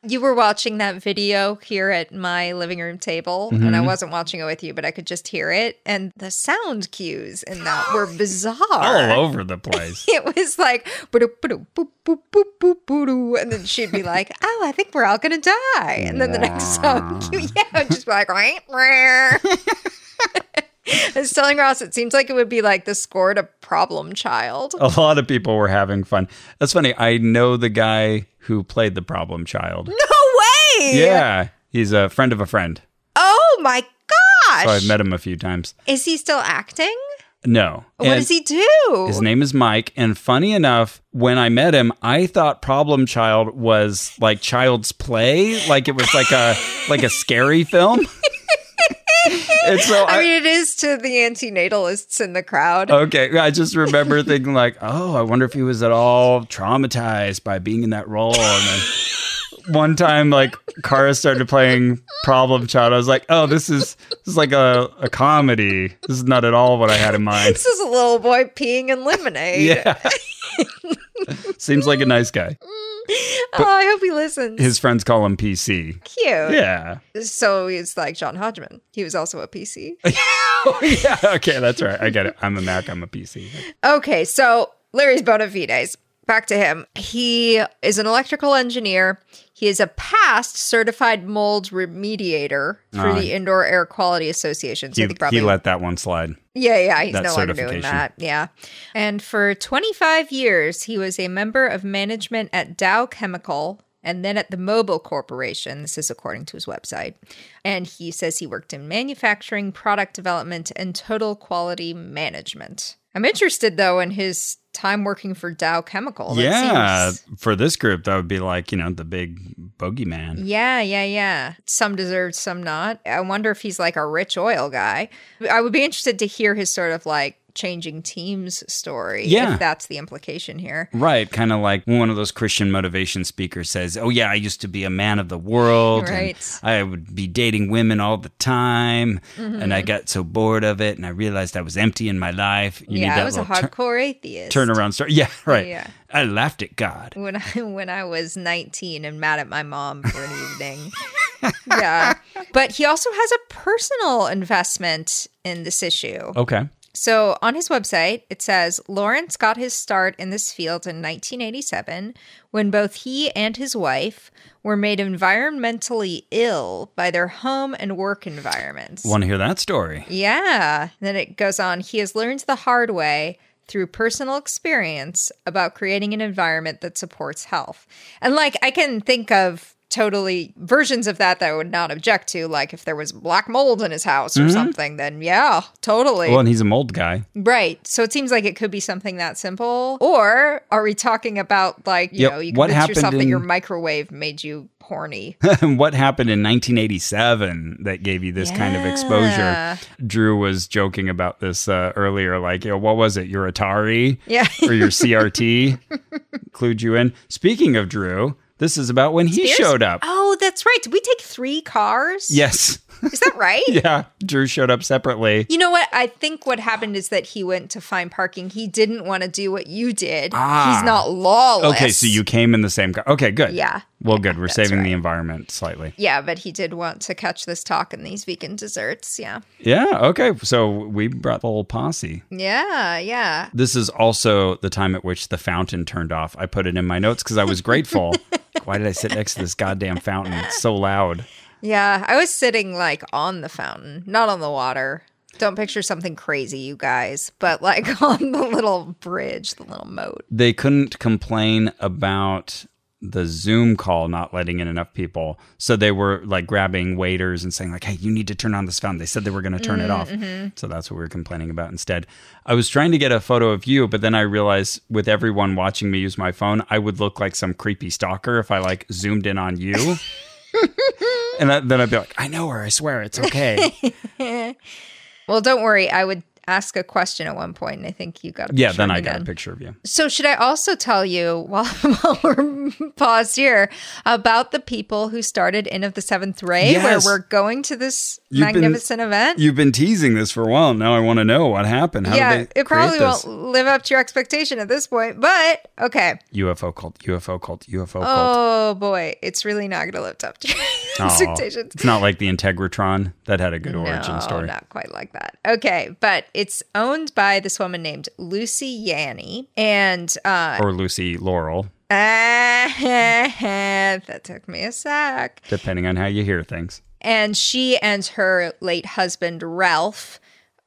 A: You were watching that video here at my living room table, and I wasn't watching it with you, but I could just hear it. And the sound cues in that were bizarre.
B: All over the place.
A: It was like, "Ba-do, ba-do, boop, boop, boop, boop, boo-doo," and then she'd be like, oh, I think we're all going to die. And then the next song, cue, yeah, I'd just be like, right, I was telling Ross, it seems like it would be like the score to Problem Child.
B: A lot of people were having fun. That's funny. I know the guy who played the problem child.
A: No way!
B: Yeah, he's a friend of a friend.
A: Oh my gosh!
B: So I've met him a few times.
A: Is he still acting?
B: No.
A: what
B: And
A: does he do?
B: His name is Mike. And funny enough, when I met him, I thought Problem Child was like child's play, like it was like a like a scary film. and so I, Oh.
A: I mean, it is to the antinatalists in the crowd.
B: okay, I just remember thinking like, oh, I wonder if he was at all traumatized by being in that role. And then one time, like Kara started playing Problem Child, I was like, oh, this is this is like a, a comedy. This is not at all what I had in mind.
A: this is a little boy peeing in lemonade.
B: Yeah. Seems like a nice guy.
A: oh, I hope he listens.
B: His friends call him PC.
A: Cute.
B: Yeah.
A: So he's like John Hodgman. He was also a PC.
B: Oh, yeah. Okay, that's right. I get it. I'm a Mac. I'm a PC.
A: Okay, so Larry's Bonafides. Back to him. He is an electrical engineer. He is a past certified mold remediator for
B: Ah.
A: the Indoor Air Quality Association. So
B: He,
A: they probably,
B: he let that one slide.
A: yeah, yeah, he's
B: that
A: no longer doing
B: certification.
A: that. Yeah. And for 25 years, he was a member of management at Dow Chemical and then at the Mobil Corporation. This is according to his website. And he says he worked in manufacturing, product development, and total quality management. I'm interested, though, in his time working for Dow Chemical. That
B: yeah.
A: seems-
B: For this group, that would be like, you know, the big bogeyman.
A: Yeah, yeah, yeah. Some deserved, some not. I wonder if he's like a rich oil guy. I would be interested to hear his sort of like changing teams story.
B: Yeah.
A: If that's the implication here.
B: Right. Kind of like when one of those Christian motivation speakers says, Oh, yeah, I used to be a man of the world. and
A: Right.
B: I would be dating women all the time. And I
A: Mm-hmm.
B: got so bored of it. And I realized I was empty in my life. You
A: yeah, I was a
B: little tur-
A: hardcore atheist.
B: turnaround story. Yeah. Right.
A: Yeah.
B: I laughed at God.
A: When I when I was nineteen and mad at my mom for an evening. yeah. But he also has a personal investment in this issue.
B: Okay.
A: So on his website, it says Lawrence got his start in this field in 1987 when both he and his wife were made environmentally ill by their home and work environments.
B: Want to hear that story?
A: Yeah. Then it goes on. He has learned the hard way through personal experience about creating an environment that supports health. And like, I can think of totally versions of that that I would not object to. Like, if there was black mold in his house or something, then yeah, totally.
B: Well, and he's a mold guy.
A: Right. So it seems like it could be something that simple. Or are we talking about like, you
B: Yep.
A: know, you
B: What
A: convinced yourself
B: happened
A: that your
B: in-
A: microwave made you horny?
B: what happened in 1987 that gave you this kind of
A: Yeah.
B: exposure? Drew was joking about this uh, earlier. Like, you know, what was it? Your Atari?
A: Yeah.
B: or your CRT clued you in. Speaking of Drew, this is about when he
A: Spears?
B: showed up.
A: Oh, that's right. Did we take three cars?
B: Yes.
A: Is that right?
B: yeah. Drew showed up separately.
A: You know what? I think what happened is that he went to find parking. He didn't want to do what you did.
B: Ah.
A: He's not lawless.
B: Okay. So you came in the same car. Okay. Good.
A: Yeah.
B: Well, good. We're saving
A: right.
B: the environment slightly.
A: Yeah, but he did want to catch this talk and these vegan desserts. Yeah.
B: Yeah. Okay. So we brought the whole posse.
A: Yeah. Yeah.
B: This is also the time at which the fountain turned off. I put it in my notes because I was grateful. Like, Why did I sit next to this goddamn fountain? It's so loud.
A: Yeah, I was sitting like on the fountain, not on the water. Don't picture something crazy, you guys, but like on the little bridge, the little moat.
B: They couldn't complain about the Zoom call not letting in enough people. So they were like grabbing waiters and saying like, "Hey, you need to turn on this fountain." They said they were going to turn it
A: Mm, mm-hmm.
B: off. So that's what we were complaining about instead. I was trying to get a photo of you, but then I realized with everyone watching me use my phone, I would look like some creepy stalker if I like zoomed in on you. and I, then I'd be like, "I know her. I swear it's okay."
A: Well, don't worry. I would ask a question at one point, and I think you got a
B: Yeah,
A: picture
B: then
A: of
B: I
A: me
B: got a picture of you.
A: So, should I also tell you while, while we're paused here about the people who started Inn of the Seventh Ray,
B: Yes.
A: where we're going to this
B: You've been-
A: magnificent event?
B: You've been teasing this for a while. Now I want to know what happened. How
A: yeah,
B: did they
A: it probably
B: create this?
A: won't live up to your expectation at this point, but okay.
B: UFO cult, UFO cult, UFO cult.
A: Oh boy, it's really not going to live up to your
B: Aw.
A: expectations.
B: It's not like the Integratron that had a good origin
A: no,
B: story.
A: not quite like that. Okay, but it's owned by this woman named Lucy Yanny, and uh,
B: Or Lucy Laurel,
A: that took me a sec.
B: depending on how you hear things.
A: And she and her late husband Ralph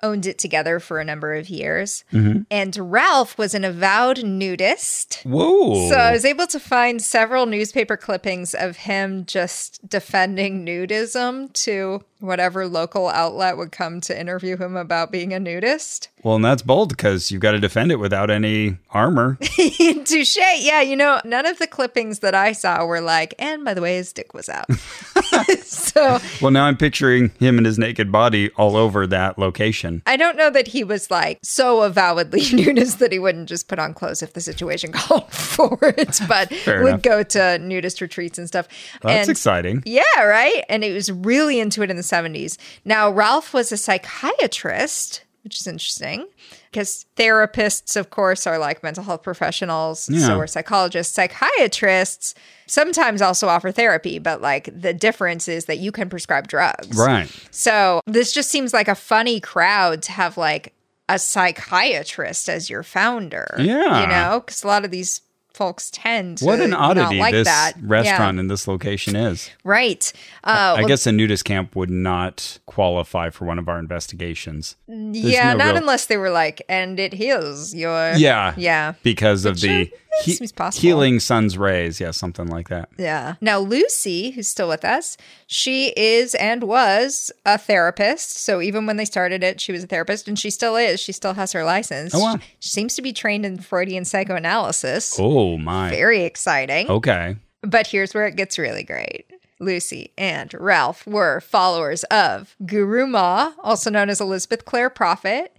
A: owned it together for a number of years.
B: Mm-hmm.
A: And Ralph was an avowed nudist.
B: Whoa.
A: So I was able to find several newspaper clippings of him just defending nudism to whatever local outlet would come to interview him about being a nudist.
B: well, and that's bold because you've got to defend it without any armor.
A: Touche. Yeah, you know, none of the clippings that I saw were like, and by the way, his dick was out. so
B: well, now I'm picturing him and his naked body all over that location.
A: I don't know that he was like so avowedly nudist that he wouldn't just put on clothes if the situation called for it, but would
B: enough.
A: go to nudist retreats and stuff.
B: That's
A: and
B: exciting.
A: Yeah, right. And it was really into it in the 70s. Now, Ralph was a psychiatrist, which is interesting because therapists, of course, are like mental health professionals.
B: Yeah.
A: So are psychologists. Psychiatrists sometimes also offer therapy, but like the difference is that you can prescribe drugs.
B: Right.
A: So this just seems like a funny crowd to have like a psychiatrist as your founder.
B: Yeah.
A: You know, because a lot of these folks tend to
B: What an
A: not
B: oddity
A: like
B: this
A: that. Yeah.
B: restaurant in this location is.
A: Right. Uh,
B: I guess a nudist camp would not qualify for one of our investigations.
A: yeah,
B: no
A: not
B: real-
A: unless they were like, and it heals your.
B: Yeah.
A: Yeah.
B: Because of the
A: uh,
B: he-
A: seems possible.
B: healing sun's rays. Yeah, something like that.
A: Yeah. Now, Lucy, who's still with us, she is and was a therapist. So even when they started it, she was a therapist and she still is. She still has her license.
B: Oh, wow.
A: She, she seems to be trained in Freudian psychoanalysis.
B: Oh, my.
A: Very exciting.
B: Okay.
A: But here's where it gets really great. Lucy and Ralph were followers of Guru Ma, also known as Elizabeth Clare Prophet.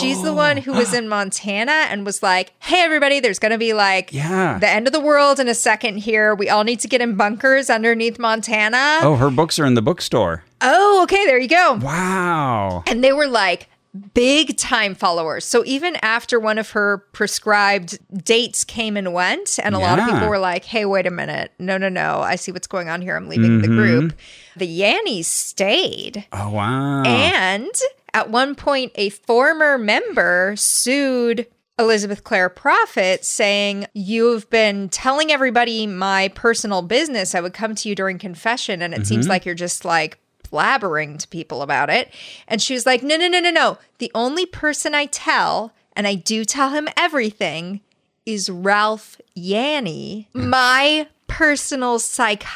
A: She's the one who was in Montana and was like, hey, everybody, there's going to be like
B: Yeah.
A: the end of the world in a second here. We all need to get in bunkers underneath Montana. Oh,
B: Oh, her books are in the bookstore.
A: okay, there you go.
B: Wow.
A: And they were like big time followers. So even after one of her prescribed dates came and went, and a lot of
B: Yeah.
A: people were like, hey, wait a minute. No, no, no. I see what's going on here. I'm leaving
B: Mm-hmm.
A: the group. The Yannies stayed.
B: Oh, wow.
A: And at one point, a former member sued Elizabeth Clare Prophet, saying, You've been telling everybody my personal business. I would come to you during confession, and it seems like you're just like, Blabbering to people about it. And she was like, No, no, no, no, no. The only person I tell, and I do tell him everything, is Ralph Yanni, my personal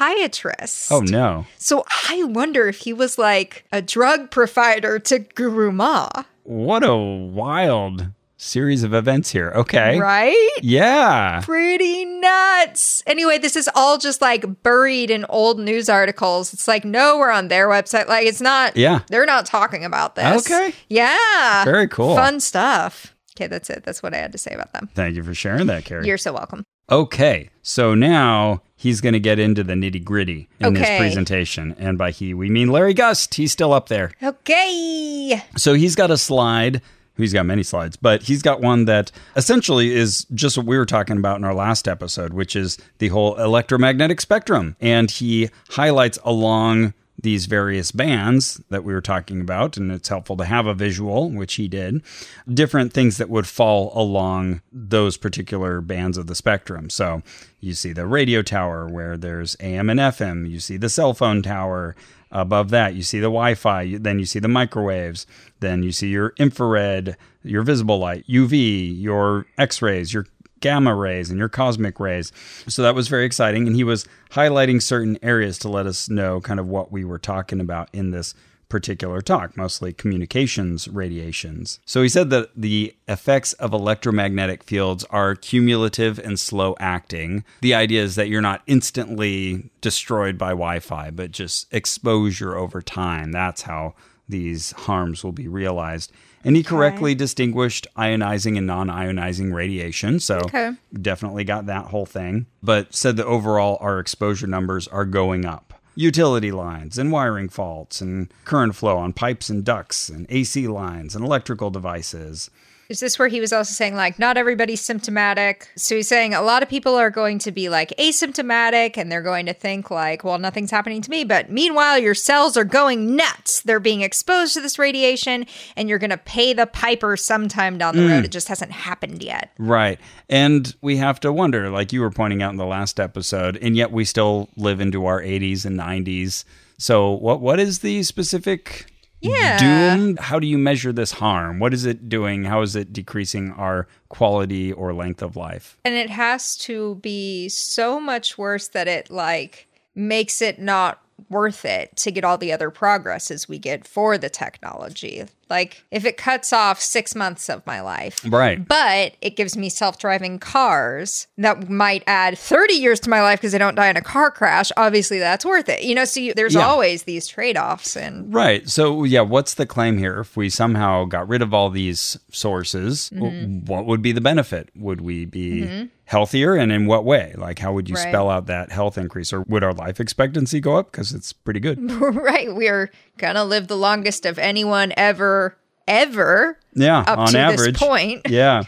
A: psychiatrist.
B: oh, no.
A: So I wonder if he was like a drug provider to Guru Ma,
B: What a wild series of events here. Okay.
A: right?
B: Yeah.
A: Pretty nuts. Anyway, this is all just like buried in old news articles. It's like, no, we're on their website. Like, it's not,
B: Yeah.
A: they're not talking about this.
B: Okay.
A: Yeah.
B: Very cool.
A: Fun stuff. Okay, that's it. That's what I had to say about them.
B: Thank you for sharing that, Carrie.
A: You're so welcome.
B: Okay, so now he's going to get into the nitty gritty in
A: Okay.
B: this presentation. And by he, we mean Larry Gust. He's still up there.
A: Okay.
B: So he's got a slide. He's got many slides, but he's got one that essentially is just what we were talking about in our last episode, which is the whole electromagnetic spectrum. And he highlights along these various bands that we were talking about, and it's helpful to have a visual, which he did, different things that would fall along those particular bands of the spectrum. So you see the radio tower where there's AM and FM, you see the cell phone tower, above that you see the wi-fi you- then you see the microwaves then you see your infrared your visible light uv your x-rays your gamma rays and your cosmic rays so that was very exciting and he was highlighting certain areas to let us know kind of what we were talking about in this particular talk mostly communications radiations so he said that the effects of electromagnetic fields are cumulative and slow acting the idea is that you're not instantly destroyed by wi-fi but just exposure over time that's how these harms will be realized and he correctly distinguished ionizing and non-ionizing radiation so
A: Okay.
B: definitely got that whole thing, but said that overall our exposure numbers are going up. Utility lines and wiring faults and current flow on pipes and ducts and AC lines and electrical devices.
A: Is this where he was also saying, like, not everybody's symptomatic? So he's saying a lot of people are going to be like asymptomatic and they're going to think, like, well, nothing's happening to me. But meanwhile, your cells are going nuts. They're being exposed to this radiation and you're going to pay the piper sometime down the road. It just hasn't happened yet.
B: Right. And we have to wonder, like you were pointing out in the last episode, and yet we still live into our 80s and 90s. So, what what is the specific
A: Yeah.
B: Doom, how do you measure this harm? What is it doing? How is it decreasing our quality or length of life?
A: And it has to be so much worse that it like makes it not worth it to get all the other progresses we get for the technology. Like if it cuts off 6 months of my life.
B: Right.
A: But it gives me self-driving cars that might add 30 years to my life because I don't die in a car crash. Obviously that's worth it. You know, so you, there's
B: Yeah.
A: always these trade-offs and
B: Right. So, yeah, what's the claim here? If we somehow got rid of all these sources, w- what would be the benefit? Would we be healthier and in what way? Like, how would you
A: Right.
B: spell out that health increase or would our life expectancy go up? Because it's pretty good.
A: right, we're going to live the longest of anyone ever ever
B: Yeah.
A: up
B: on
A: to
B: average.
A: this point.
B: yeah.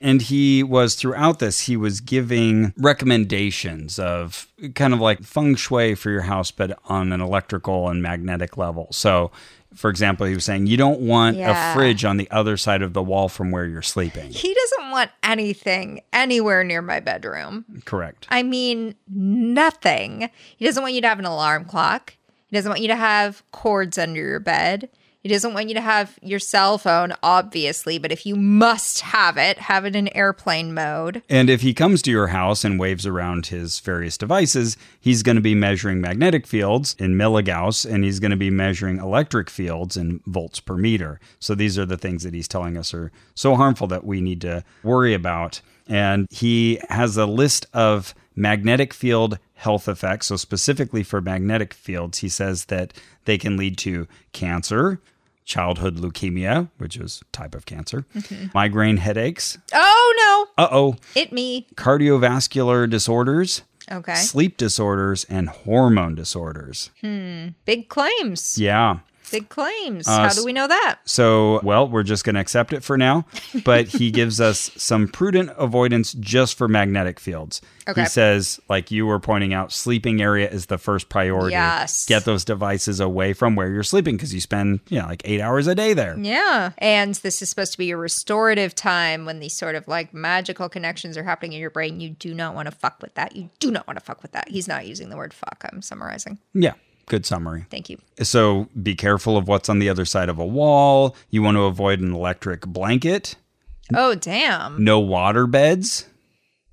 B: And he was throughout this, he was giving recommendations of kind of like feng shui for your house, but on an electrical and magnetic level. So, for example, he was saying you don't want
A: Yeah.
B: a fridge on the other side of the wall from where you're sleeping.
A: He doesn't want anything anywhere near my bedroom.
B: Correct.
A: I mean, nothing. He doesn't want you to have an alarm clock. He doesn't want you to have cords under your bed. He doesn't want you to have your cell phone, obviously, but if you must have it, have it in airplane mode.
B: And if he comes to your house and waves around his various devices, he's going to be measuring magnetic fields in milligauss and he's going to be measuring electric fields in volts per meter. So these are the things that he's telling us are so harmful that we need to worry about. And he has a list of magnetic field health effects. So specifically for magnetic fields, he says that they can lead to cancer. Childhood leukemia, which is a type of cancer, migraine headaches.
A: Oh
B: Uh oh
A: no, it me.
B: cardiovascular disorders,
A: Okay. Hmm.
B: sleep disorders, and hormone disorders.
A: Big claims.
B: Yeah.
A: Big claims. How do we know that?
B: So, well, we're just going to accept it for now. But he gives us some prudent avoidance just for magnetic fields.
A: Okay.
B: He says, like you were pointing out, sleeping area is the first priority.
A: Yes.
B: Get those devices away from where you're sleeping because you spend, you know, like eight hours a day there.
A: Yeah. And this is supposed to be your restorative time when these sort of like magical connections are happening in your brain. You do not want to fuck with that. You do not want to fuck with that. He's not using the word fuck. I'm summarizing.
B: Yeah. Good summary.
A: Thank you.
B: So be careful of what's on the other side of a wall. You want to avoid an electric blanket.
A: Oh, damn.
B: No water beds.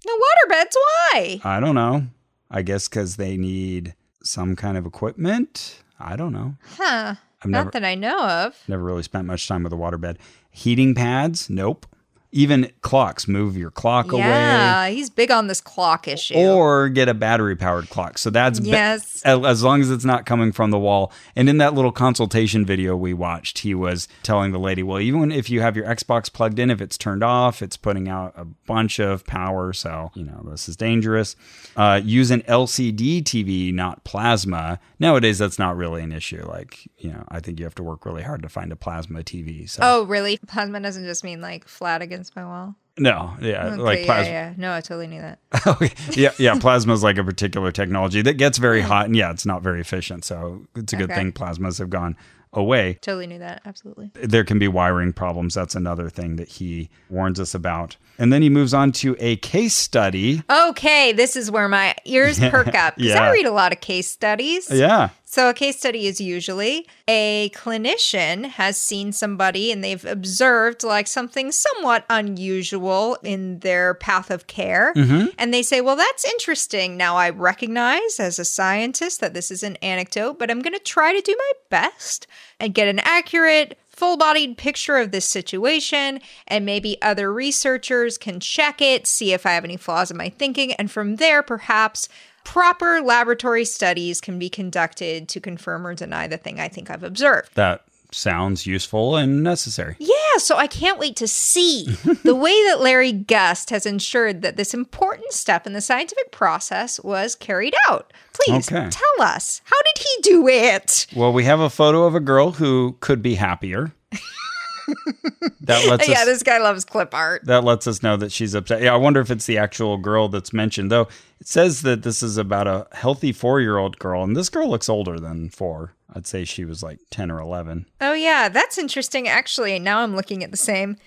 A: No water beds. Why?
B: I don't know. I guess because they need some kind of equipment. I don't know.
A: Huh.
B: I've
A: Not
B: never
A: that I know of.
B: never really spent much time with a waterbed. Heating pads? Nope. Even clocks. Move your clock away. Oh,
A: Yeah. He's big on this clock issue.
B: Or get a battery powered clock. So that's be-
A: Yes.
B: a- as long as it's not coming from the wall. And in that little consultation video we watched, he was telling the lady, well, even if you have your Xbox plugged in, if it's turned off, it's putting out a bunch of power. So, you know, this is dangerous. Uh, use an LCD TV, not plasma. Nowadays, that's not really an issue. Like, you know, I think you have to work really hard to find a plasma TV. So,
A: oh, really? Plasma doesn't just mean like flat against my wall.
B: no, yeah,
A: Okay,
B: like
A: yeah,
B: plasma.
A: yeah. No, I totally knew that.
B: Okay. yeah, yeah. Plasma is like a particular technology that gets very hot, and yeah, it's not very efficient. So it's a good
A: Okay.
B: thing plasmas have gone away.
A: totally knew that. Absolutely.
B: There can be wiring problems. That's another thing that he warns us about. And then he moves on to a case study.
A: Okay. This is where my ears perk up because I
B: Yeah.
A: read a lot of case studies.
B: Yeah,
A: So, a case study is usually a clinician has seen somebody and they've observed like something somewhat unusual in their path of care. And they say, Well, that's interesting. Now, I recognize as a scientist that this is an anecdote, but I'm going to try to do my best and get an accurate, full bodied picture of this situation. And maybe other researchers can check it, see if I have any flaws in my thinking. And from there, perhaps proper laboratory studies can be conducted to confirm or deny the thing I think I've observed.
B: that sounds useful and necessary.
A: Yeah, so I can't wait to see the way that Larry Gust has ensured that this important step in the scientific process was carried out. Please
B: Okay.
A: tell us, how did he do it?
B: Well, we have a photo of a girl who could be happier. that lets
A: yeah,
B: us
A: this guy loves clip art.
B: that lets us know that she's upset. Yeah, I wonder if it's the actual girl that's mentioned, though. It says that this is about a healthy four year old girl, and this girl looks older than four. I'd say she was like 10 or 11.
A: Oh, yeah, that's interesting. Actually, now I'm looking at the same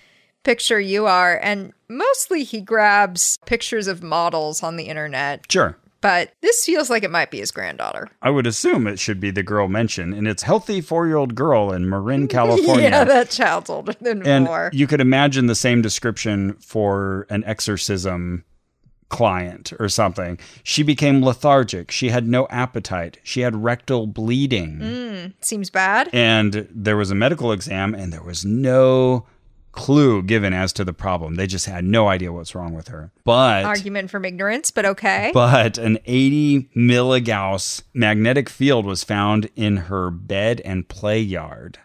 A: picture you are, and mostly he grabs pictures of models on the internet
B: Sure.
A: but this feels like it might be his granddaughter.
B: I would assume it should be the girl mentioned, and it's healthy four year old girl in Marin, California.
A: Yeah, that child's older than
B: and
A: four.
B: you could imagine the same description for an exorcism client or something. She became lethargic. She had no appetite. She had rectal bleeding.
A: Seems bad.
B: And there was a medical exam, and there was no clue given as to the problem. They just had no idea what's wrong with her. But
A: Argument from ignorance, but okay.
B: but an 80 milligauss magnetic field was found in her bed and play yard. In-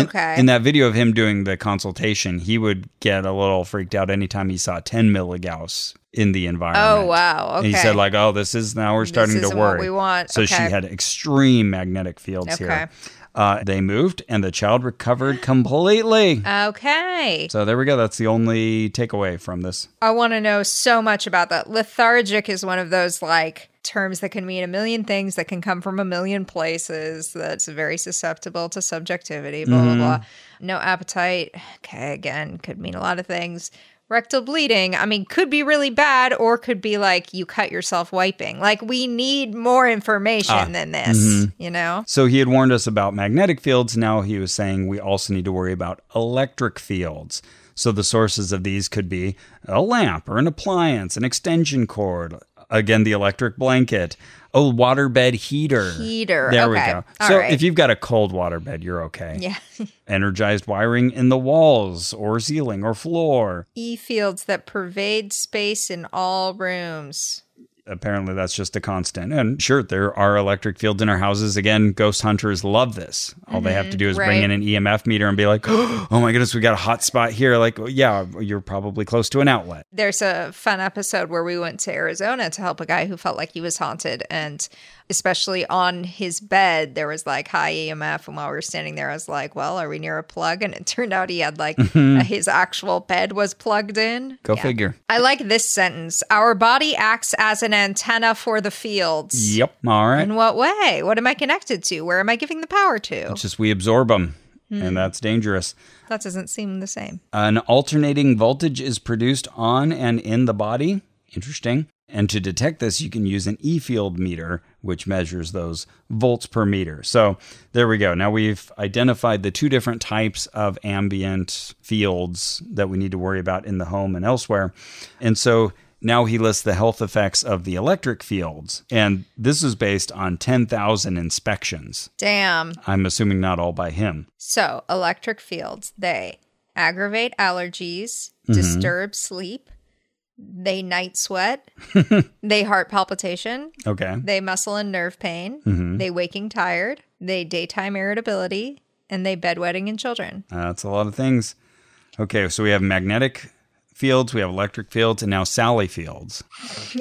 A: Okay.
B: In, that video of him doing the consultation, he would get a little freaked out anytime he saw 10 milligauss in the environment.
A: Oh, wow.
B: And he
A: Okay.
B: said like, "Oh, this is now we're starting to
A: isn't what
B: worry."
A: we want.
B: So she
A: Okay.
B: had extreme magnetic fields
A: Okay.
B: here. Uh, they moved, and the child recovered completely.
A: okay.
B: so there we go. That's the only takeaway from this.
A: I want to know so much about that. Lethargic is one of those like terms that can mean a million things that can come from a million places that's very susceptible to subjectivity, blah, blah, blah. No appetite. Okay, again, could mean a lot of things. Rectal bleeding, I mean, could be really bad or could be like you cut yourself wiping. Like, we need more information than this, you know?
B: So he had warned us about magnetic fields. Now he was saying we also need to worry about electric fields. So the sources of these could be a lamp or an appliance, an extension cord, again, the electric blanket, a waterbed heater.
A: Heater,
B: There
A: okay.
B: we go.
A: All
B: so
A: right.
B: if you've got a cold waterbed, you're okay.
A: Yeah.
B: Energized wiring in the walls or ceiling or floor.
A: E fields that pervade space in all rooms.
B: apparently that's just a constant. And sure, there are electric fields in our houses. Again, ghost hunters love this. All they have to do is bring
A: Mm-hmm. right.
B: in an EMF meter and be like, oh my goodness, we got a hot spot here. Like, yeah, you're probably close to an outlet.
A: there's a fun episode where we went to Arizona to help a guy who felt like he was haunted. And especially on his bed, there was like high EMF. And while we were standing there, I was like, well, are we near a plug? And it turned out he had like his actual bed was plugged in.
B: Go
A: Yeah.
B: figure.
A: I like this sentence Our body acts as an antenna for the fields.
B: Yep. All right.
A: In what way? What am I connected to? Where am I giving the power to?
B: It's just we absorb them,
A: Hmm.
B: and that's dangerous.
A: That doesn't seem the same.
B: An alternating voltage is produced on and in the body. Interesting. And to detect this, you can use an E field meter, which measures those volts per meter. So there we go. Now we've identified the two different types of ambient fields that we need to worry about in the home and elsewhere. And so now he lists the health effects of the electric fields. And this is based on 10,000 inspections.
A: Damn.
B: I'm assuming not all by him.
A: So, electric fields, they aggravate allergies,
B: Mm-hmm.
A: disturb sleep, they night sweat, they heart palpitation,
B: Okay.
A: they muscle and nerve pain,
B: Mm-hmm.
A: they waking tired, they daytime irritability, and they bedwetting in children.
B: Uh, That's a lot of things. Okay, so we have magnetic fields, we have electric fields, and now Sally fields.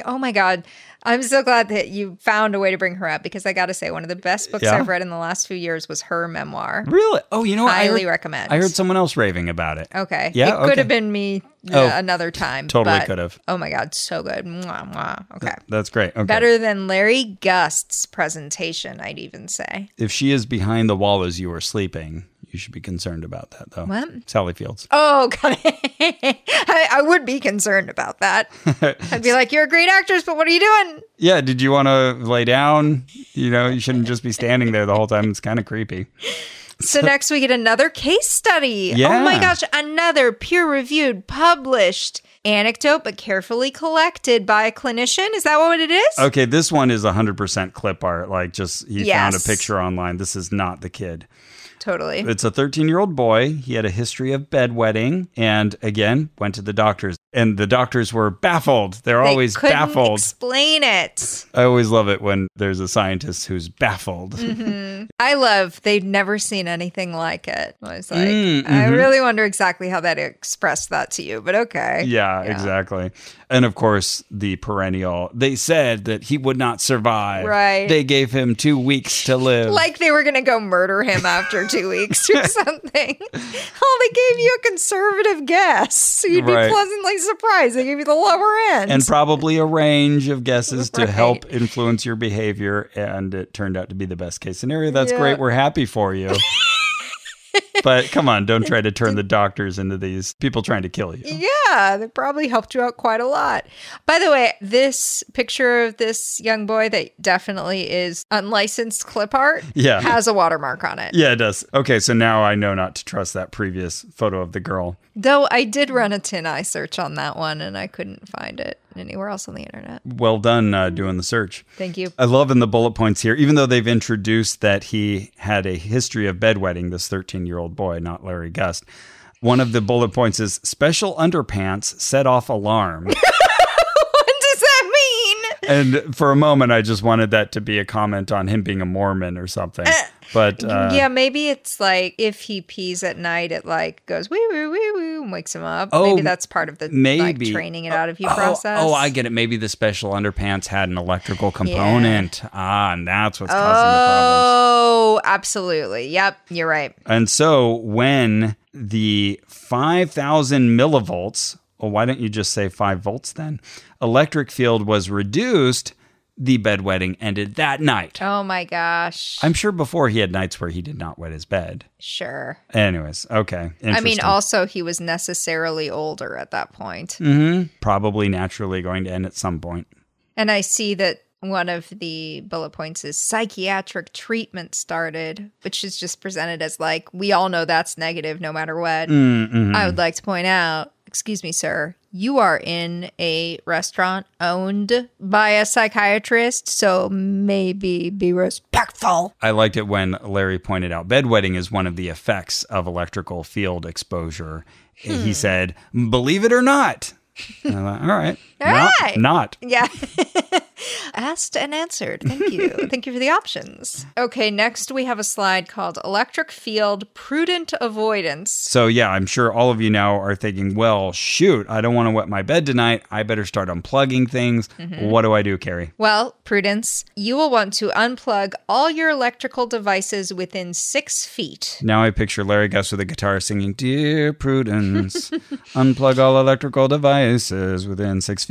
A: Oh my God. I'm so glad that you found a way to bring her up because I got to say, one of the best books
B: Yeah.
A: I've read in the last few years was her memoir.
B: Really? Oh, you know what? I
A: Highly
B: heard,
A: recommend. Oh.
B: I heard someone else raving about it.
A: Okay.
B: Yeah,
A: It could
B: okay.
A: have been me uh,
B: Oh,
A: another time.
B: totally
A: but-
B: could have.
A: Oh my God. So good. Mwah, mwah. Okay.
B: That's great. Okay.
A: Better than Larry Gust's presentation, I'd even say.
B: If she is behind the wall as you are sleeping, you should be concerned about that, though.
A: What?
B: Sally Fields.
A: Oh, God. I, I would be concerned about that. I'd be like, you're a great actress, but what are you doing?
B: Yeah, did you want to lay down? You know, you shouldn't just be standing there the whole time. It's kind of creepy.
A: So next we get another case study. Oh
B: Yeah.
A: my gosh, another peer reviewed, published anecdote, but carefully collected by a clinician. Is that what it is?
B: Okay, this one is 100% clip art. Like, just he found a
A: Yes.
B: picture online. This is not the kid.
A: Totally.
B: It's a 13 year old boy. He had a history of bedwetting and again went to the doctors. And the doctors were baffled. They're
A: They
B: always
A: couldn't
B: baffled.
A: Explain it.
B: I always love it when there's a scientist who's baffled.
A: Mm-hmm. I love they'd never seen anything like it. I was like,
B: Mm,
A: I
B: mhm.
A: really wonder exactly how that expressed that to you, but okay.
B: yeah, exactly. And of course, the perennial. They said that he would not survive.
A: Right.
B: They gave him two weeks to live.
A: Like they were going to go murder him after two weeks or something. oh, they gave you a conservative guess. You'd
B: Right.
A: be pleasantly surprised. They gave you the lower end.
B: and probably a range of guesses to
A: Right.
B: help influence your behavior. And it turned out to be the best case scenario. That's
A: Yeah.
B: great. We're happy for you. But come on, don't try to turn the doctors into these people trying to kill you.
A: Yeah, that probably helped you out quite a lot. By the way, this picture of this young boy that definitely is unlicensed clip art
B: Yeah.
A: has a watermark on it.
B: Yeah, it does. Okay, so now I know not to trust that previous photo of the girl.
A: Though I did run a tin eye search on that one and I couldn't find it anywhere else on the internet.
B: Well done uh, doing the search.
A: Thank you.
B: I love in the bullet points here, even though they've introduced that he had a history of bedwetting, this 13 year old boy, not Larry Gust. One of the bullet points is special underpants set off alarm.
A: what does that mean?
B: and for a moment, I just wanted that to be a comment on him being a Mormon or something.
A: Eh,
B: But uh,
A: yeah, maybe it's like if he pees at night, it like goes wee wee wee wee and wakes him up.
B: Oh,
A: maybe that's part of the like,
B: maybe.
A: training it out of you
B: oh,
A: process.
B: oh, I get it. Maybe the special underpants had an electrical component. Ah, and that's what's causing the problems.
A: Oh, absolutely. Yep, you're right.
B: And so when the 5,000 millivolts, well, why don't you just say 5 volts then? Electric field was reduced, the bedwetting ended that night.
A: Oh my gosh.
B: I'm sure before he had nights where he did not wet his bed.
A: sure.
B: Anyways, okay.
A: I mean,
B: interesting.
A: also, he was necessarily older at that point.
B: probably naturally going to end at some point.
A: And I see that one of the bullet points is psychiatric treatment started, which is just presented as like, we all know that's negative no matter what. I would like to point out, excuse me, sir, you are in a restaurant owned by a psychiatrist, so maybe be respectful.
B: I liked it when Larry pointed out bedwetting is one of the effects of electrical field exposure.
A: Hmm.
B: He said, "Believe it or not." And I'm like, All right.
A: All
B: not,
A: right.
B: not.
A: Yeah. Asked and answered. Thank you. Thank you for the options. Okay, next we have a slide called Electric Field Prudent Avoidance.
B: So yeah, I'm sure all of you now are thinking, well, shoot, I don't want to wet my bed tonight. I better start unplugging things.
A: Mm-hmm.
B: What do I do, Carrie?
A: Well, prudence, you will want to unplug all your electrical devices within six feet.
B: Now I picture Larry Gus with a guitar singing, "Dear Prudence, unplug all electrical devices within six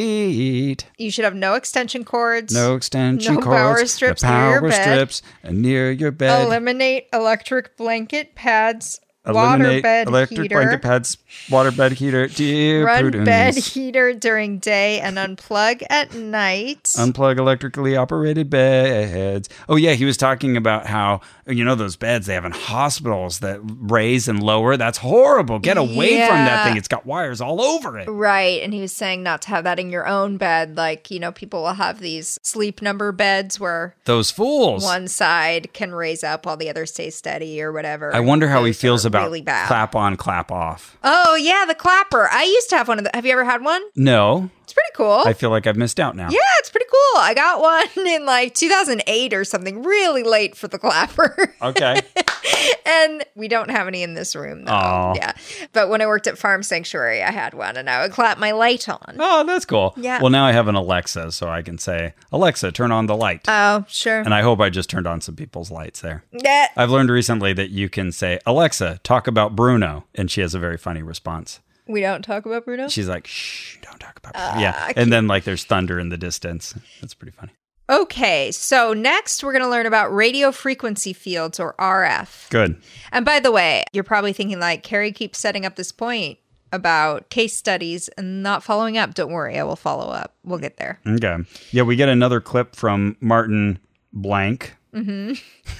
B: feet.
A: You should have no extension cords.
B: No extension
A: No
B: cords.
A: power strips
B: the
A: near
B: power
A: your bed.
B: strips and near your bed.
A: Eliminate electric blanket pads,
B: Eliminate
A: waterbed
B: electric
A: heater,
B: blanket pads, waterbed heater. Dear
A: run
B: Prudence,
A: bed heater during day, and unplug at night.
B: Unplug electrically operated beds. Oh yeah, he was talking about how you know those beds they have in hospitals that raise and lower. That's horrible. Get away from that
A: Yeah.
B: thing. It's got wires all over it.
A: Right. And he was saying not to have that in your own bed. Like, you know, people will have these sleep number beds where
B: Those fools.
A: one side can raise up while the other stays steady or whatever.
B: I wonder how he
A: Those
B: feels
A: are
B: about
A: really bad.
B: clap on, clap off.
A: Oh, yeah, the clapper. I used to have one of the. Have you ever had one?
B: No,
A: It's pretty cool.
B: I feel like I've missed out now.
A: Oh. yeah, it's pretty cool. I got one in like 2008 or something, really late for the clapper.
B: Okay.
A: and we don't have any in this room, though.
B: Aw.
A: Yeah. But when I worked at Farm Sanctuary, I had one and I would clap my light on.
B: Oh, that's cool.
A: Yeah.
B: Well, now I have an Alexa, so I can say, Alexa, turn on the light.
A: Oh, sure.
B: and I hope I just turned on some people's lights there.
A: Yeah.
B: I've learned recently that you can say, Alexa, talk about Bruno. And she has a very funny response.
A: we don't talk about Bruno.
B: She's like, shh, don't talk about
A: Uh,
B: Bruno. yeah. And then, like, there's thunder in the distance. That's pretty funny.
A: Okay, so next we're going to learn about radio frequency fields or RF.
B: Good.
A: And by the way, you're probably thinking, like, Carrie keeps setting up this point about case studies and not following up. Don't worry, I will follow up. We'll get there.
B: Okay. Yeah. We get another clip from Martin Blank.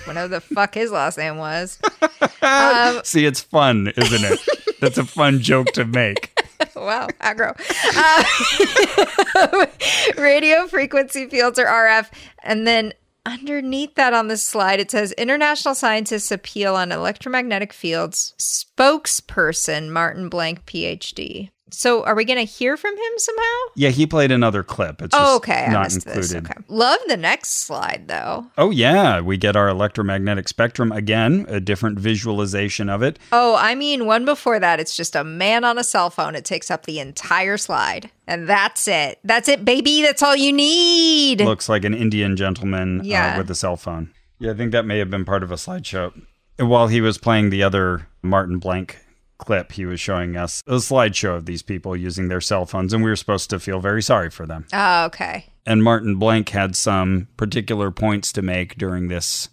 A: Whatever the fuck his last name was. Uh,
B: See, it's fun, isn't it? That's a fun joke to make.
A: wow, aggro. Uh, radio frequency fields or RF. And then underneath that on this slide, it says International Scientists Appeal on Electromagnetic Fields spokesperson Martin Blank, PhD. So are we going to hear from him somehow?
B: Yeah. He played another clip. It's just
A: Oh, okay, I
B: not
A: missed
B: included.
A: this. Okay. Love the next slide though.
B: Oh, yeah. We get our electromagnetic spectrum again, a different visualization of it.
A: Oh, I mean, one before that, it's just a man on a cell phone. It takes up the entire slide. And that's it. That's it, baby. That's all you need.
B: looks like an Indian gentleman uh,
A: Yeah.
B: with a cell phone. Yeah, I think that may have been part of a slideshow. And while he was playing the other Martin Blank clip, he was showing us a slideshow of these people using their cell phones, and we were supposed to feel very sorry for them.
A: Oh, okay.
B: And Martin Blank had some particular points to make during this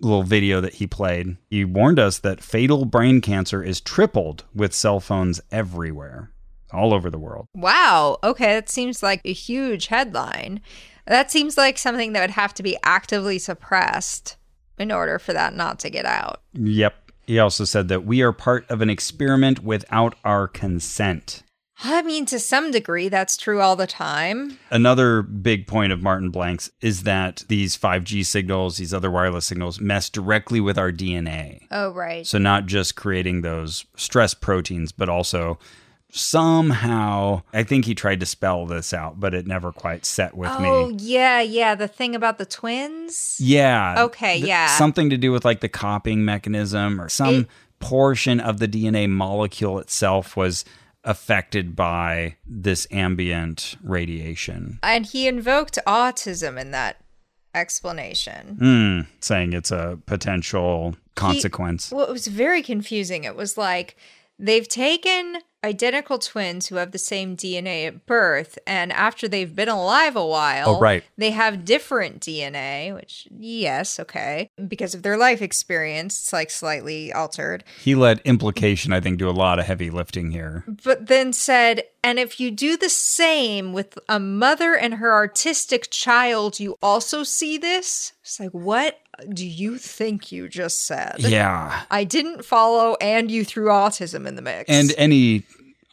B: little video that he played, he warned us that fatal brain cancer is tripled with cell phones everywhere, all over the world.
A: Wow. Okay. That seems like a huge headline. That seems like something that would have to be actively suppressed in order for that not to get out.
B: Yep. He also said that we are part of an experiment without our consent.
A: I mean, to some degree, that's true all the time.
B: Another big point of Martin Blank's is that these 5G signals, these other wireless signals, mess directly with our DNA.
A: Oh, right.
B: So, not just creating those stress proteins, but also somehow, I think he tried to spell this out, but it never quite set with
A: oh,
B: me.
A: yeah, yeah. The thing about the twins.
B: Yeah.
A: Okay, yeah.
B: Something to do with like the copying mechanism or some
A: It-
B: portion of the DNA molecule itself was affected by this ambient radiation.
A: And he invoked autism in that explanation.
B: Mm, saying it's a potential consequence.
A: Well, it was very confusing. It was like they've taken identical twins who have the same DNA at birth, and after they've been alive a while,
B: Oh, right.
A: they have different DNA, which, yes, okay, because of their life experience, it's like slightly altered.
B: he let implication, I think, do a lot of heavy lifting here.
A: But then said, and if you do the same with a mother and her artistic child, you also see this? It's like, what do you think you just said?
B: Yeah.
A: I didn't follow, and you threw autism in the mix.
B: And any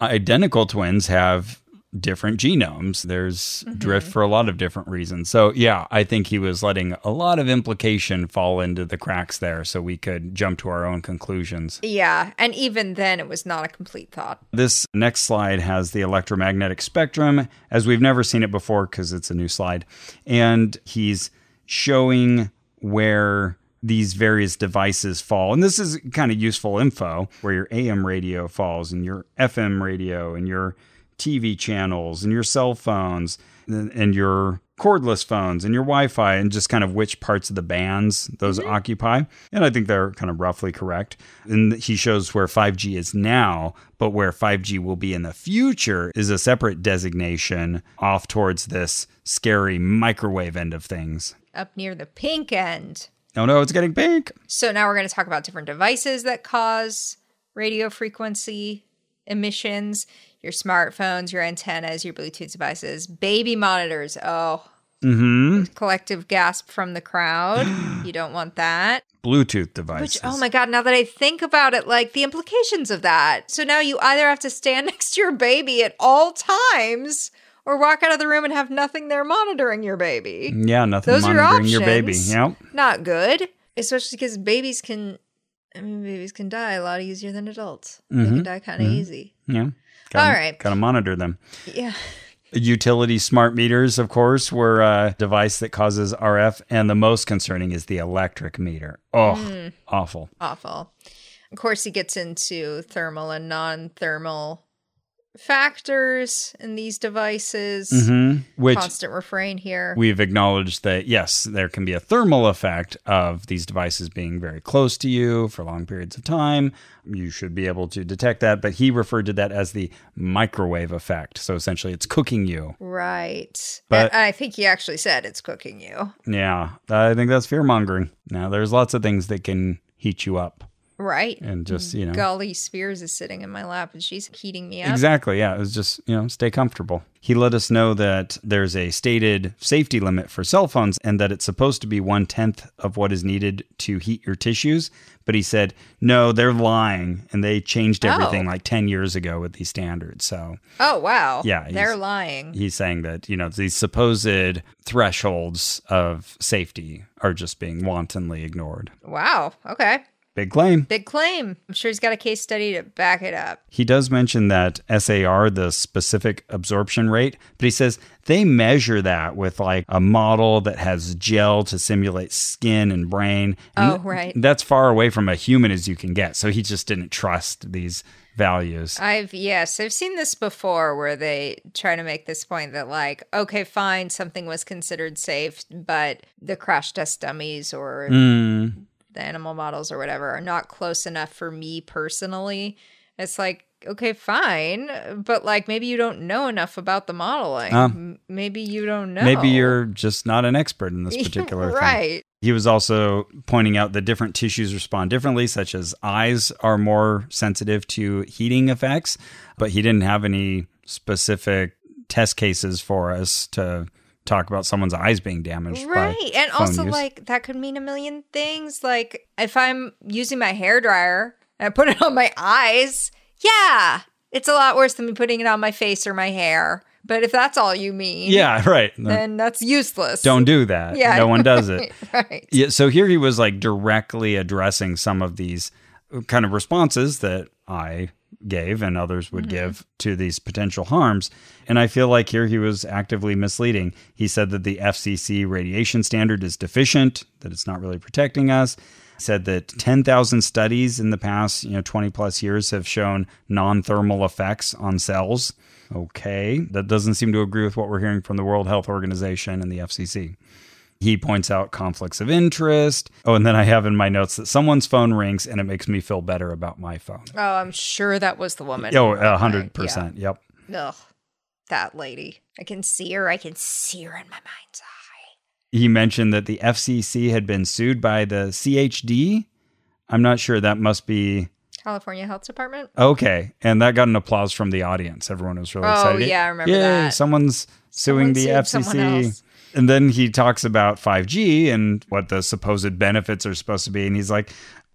B: identical twins have different genomes. There's drift for a lot of different reasons. So, yeah, I think he was letting a lot of implication fall into the cracks there so we could jump to our own conclusions.
A: yeah, and even then, it was not a complete thought.
B: This next slide has the electromagnetic spectrum as we've never seen it before because it's a new slide. And he's showing where these various devices fall. And this is kind of useful info where your AM radio falls and your FM radio and your TV channels and your cell phones and and your cordless phones and your Wi-Fi and just kind of which parts of the bands those
A: Mm-hmm.
B: occupy. And I think they're kind of roughly correct. And he shows where 5G is now, but where 5G will be in the future is a separate designation off towards this scary microwave end of things.
A: Up near the pink end.
B: Oh no, it's getting pink.
A: So now we're going to talk about different devices that cause radio frequency emissions your smartphones, your antennas, your Bluetooth devices, baby monitors. Oh,
B: Mhm.
A: collective gasp from the crowd. you don't want that.
B: Bluetooth devices.
A: Which, oh my God, now that I think about it, like the implications of that. So now you either have to stand next to your baby at all times or walk out of the room and have nothing there monitoring your baby.
B: Yeah, nothing
A: Those are your
B: monitoring your baby.
A: options.
B: Yep.
A: Not good, especially because babies can, I mean, babies can die a lot easier than adults. They
B: Mm-hmm.
A: can die kind of easy.
B: Yeah.
A: All right.
B: Gotta monitor them.
A: Yeah.
B: Utility smart meters, of course, were a device that causes RF, and the most concerning is the electric meter. Oh, awful.
A: Awful. Of course, he gets into thermal and non thermal factors in these devices.
B: Mhm. Which
A: Constant refrain here.
B: we've acknowledged that, yes, there can be a thermal effect of these devices being very close to you for long periods of time. You should be able to detect that, but he referred to that as the microwave effect. So essentially, it's cooking you.
A: Right.
B: But-
A: But I think he actually said it's cooking you.
B: Yeah, I think that's fear mongering. Now, there's lots of things that can heat you up
A: Right.
B: and just, you know.
A: Golly Spears is sitting in my lap and she's heating me up.
B: Exactly. Yeah. It was just, you know, stay comfortable. He let us know that there's a stated safety limit for cell phones and that it's supposed to be one tenth of what is needed to heat your tissues. But he said, no, they're lying. And they changed everything
A: Oh.
B: like 10 years ago with these standards. So
A: Oh, wow.
B: Yeah,
A: They're
B: he's-
A: lying.
B: he's saying that, you know, these supposed thresholds of safety are just being wantonly ignored.
A: Wow. Okay.
B: Big claim.
A: Big claim. I'm sure he's got a case study to back it up.
B: He does mention that SAR, the specific absorption rate, but he says they measure that with like a model that has gel to simulate skin and brain. And
A: Oh, right.
B: That's far away from a human as you can get. So he just didn't trust these values.
A: I've, yes, I've seen this before where they try to make this point that, like, okay, fine, something was considered safe, but the crash test dummies or
B: Mm,
A: the animal models or whatever are not close enough for me personally. It's like, okay, fine, but like maybe you don't know enough about the modeling.
B: Uh,
A: M- maybe you don't know.
B: Maybe you're just not an expert in this particular thing.
A: right.
B: He was also pointing out that different tissues respond differently, such as eyes are more sensitive to heating effects, but he didn't have any specific test cases for us to talk about someone's eyes being damaged.
A: Right.
B: by
A: And
B: phone
A: also,
B: use.
A: like, that could mean a million things. Like, if I'm using my hairdryer and I put it on my eyes, yeah, it's a lot worse than me putting it on my face or my hair. But if that's all you mean,
B: yeah, right.
A: then that's useless.
B: Don't do that.
A: Yeah.
B: No one does it.
A: Right.
B: Yeah, so here he was like directly addressing some of these uh, kind of responses that I gave and others would give to these potential harms. And I feel like here he was actively misleading. He said that the FCC radiation standard is deficient, that it's not really protecting us. Said that 10,000 studies in the past, you know, 20 plus years have shown non thermal effects on cells. Okay. That doesn't seem to agree with what we're hearing from the World Health Organization and the FCC. He points out conflicts of interest. Oh, and then I have in my notes that someone's phone rings and it makes me feel better about my phone.
A: Oh, I'm sure that was the woman.
B: Oh, a 100%. Yep.
A: Ugh, that lady. I can see her. I can see her in my mind's eye.
B: He mentioned that the FCC had been sued by the CHD. I'm not sure. That must be
A: California Health Department.
B: okay. And that got an applause from the audience. Everyone was really
A: Oh,
B: excited.
A: yeah, I remember
B: Yay,
A: that.
B: Someone's
A: Someone
B: suing the
A: sued someone
B: FCC.
A: else.
B: And then he talks about 5G and what the supposed benefits are supposed to be. And he's like,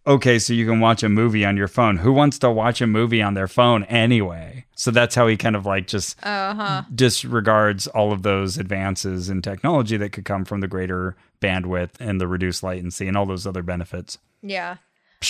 B: okay, so you can watch a movie on your phone. Who wants to watch a movie on their phone anyway? So that's how he kind of like just
A: Uh huh.
B: disregards all of those advances in technology that could come from the greater bandwidth and the reduced latency and all those other benefits.
A: Yeah.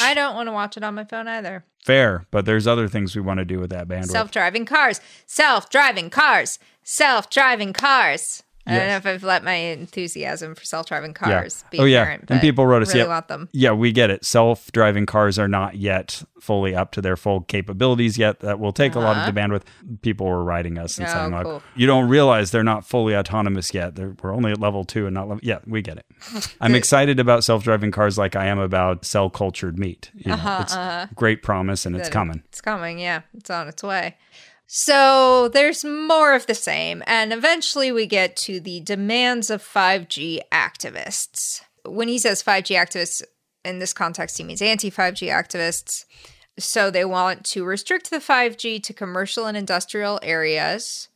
A: I don't want to watch it on my phone either.
B: Fair, but there's other things we want to do with that bandwidth.
A: Self driving cars. Self driving cars. Self driving cars. I don't know if I've let my enthusiasm for self driving cars be
B: oh yeah,
A: apparent,
B: and
A: but
B: people wrote us.
A: really
B: yeah,
A: want them.
B: yeah, we get it. Self-driving cars are not yet fully up to their full capabilities yet. That will take a lot of the bandwidth. People were writing us and
A: Uh-huh. Oh,
B: saying, like,
A: cool.
B: "You don't realize they're not fully autonomous yet. They're, we're only at level two and not level." Yeah, we get it. I'm excited about self-driving cars, like I am about cell cultured meat. You know,
A: Uh-huh,
B: it's great promise, and it's
A: that
B: coming.
A: It's coming, yeah. It's on its way. So there's more of the same. And eventually we get to the demands of 5G activists. When he says 5G activists, in this context, he means anti 5G activists. So they want to restrict the 5G to commercial and industrial areas,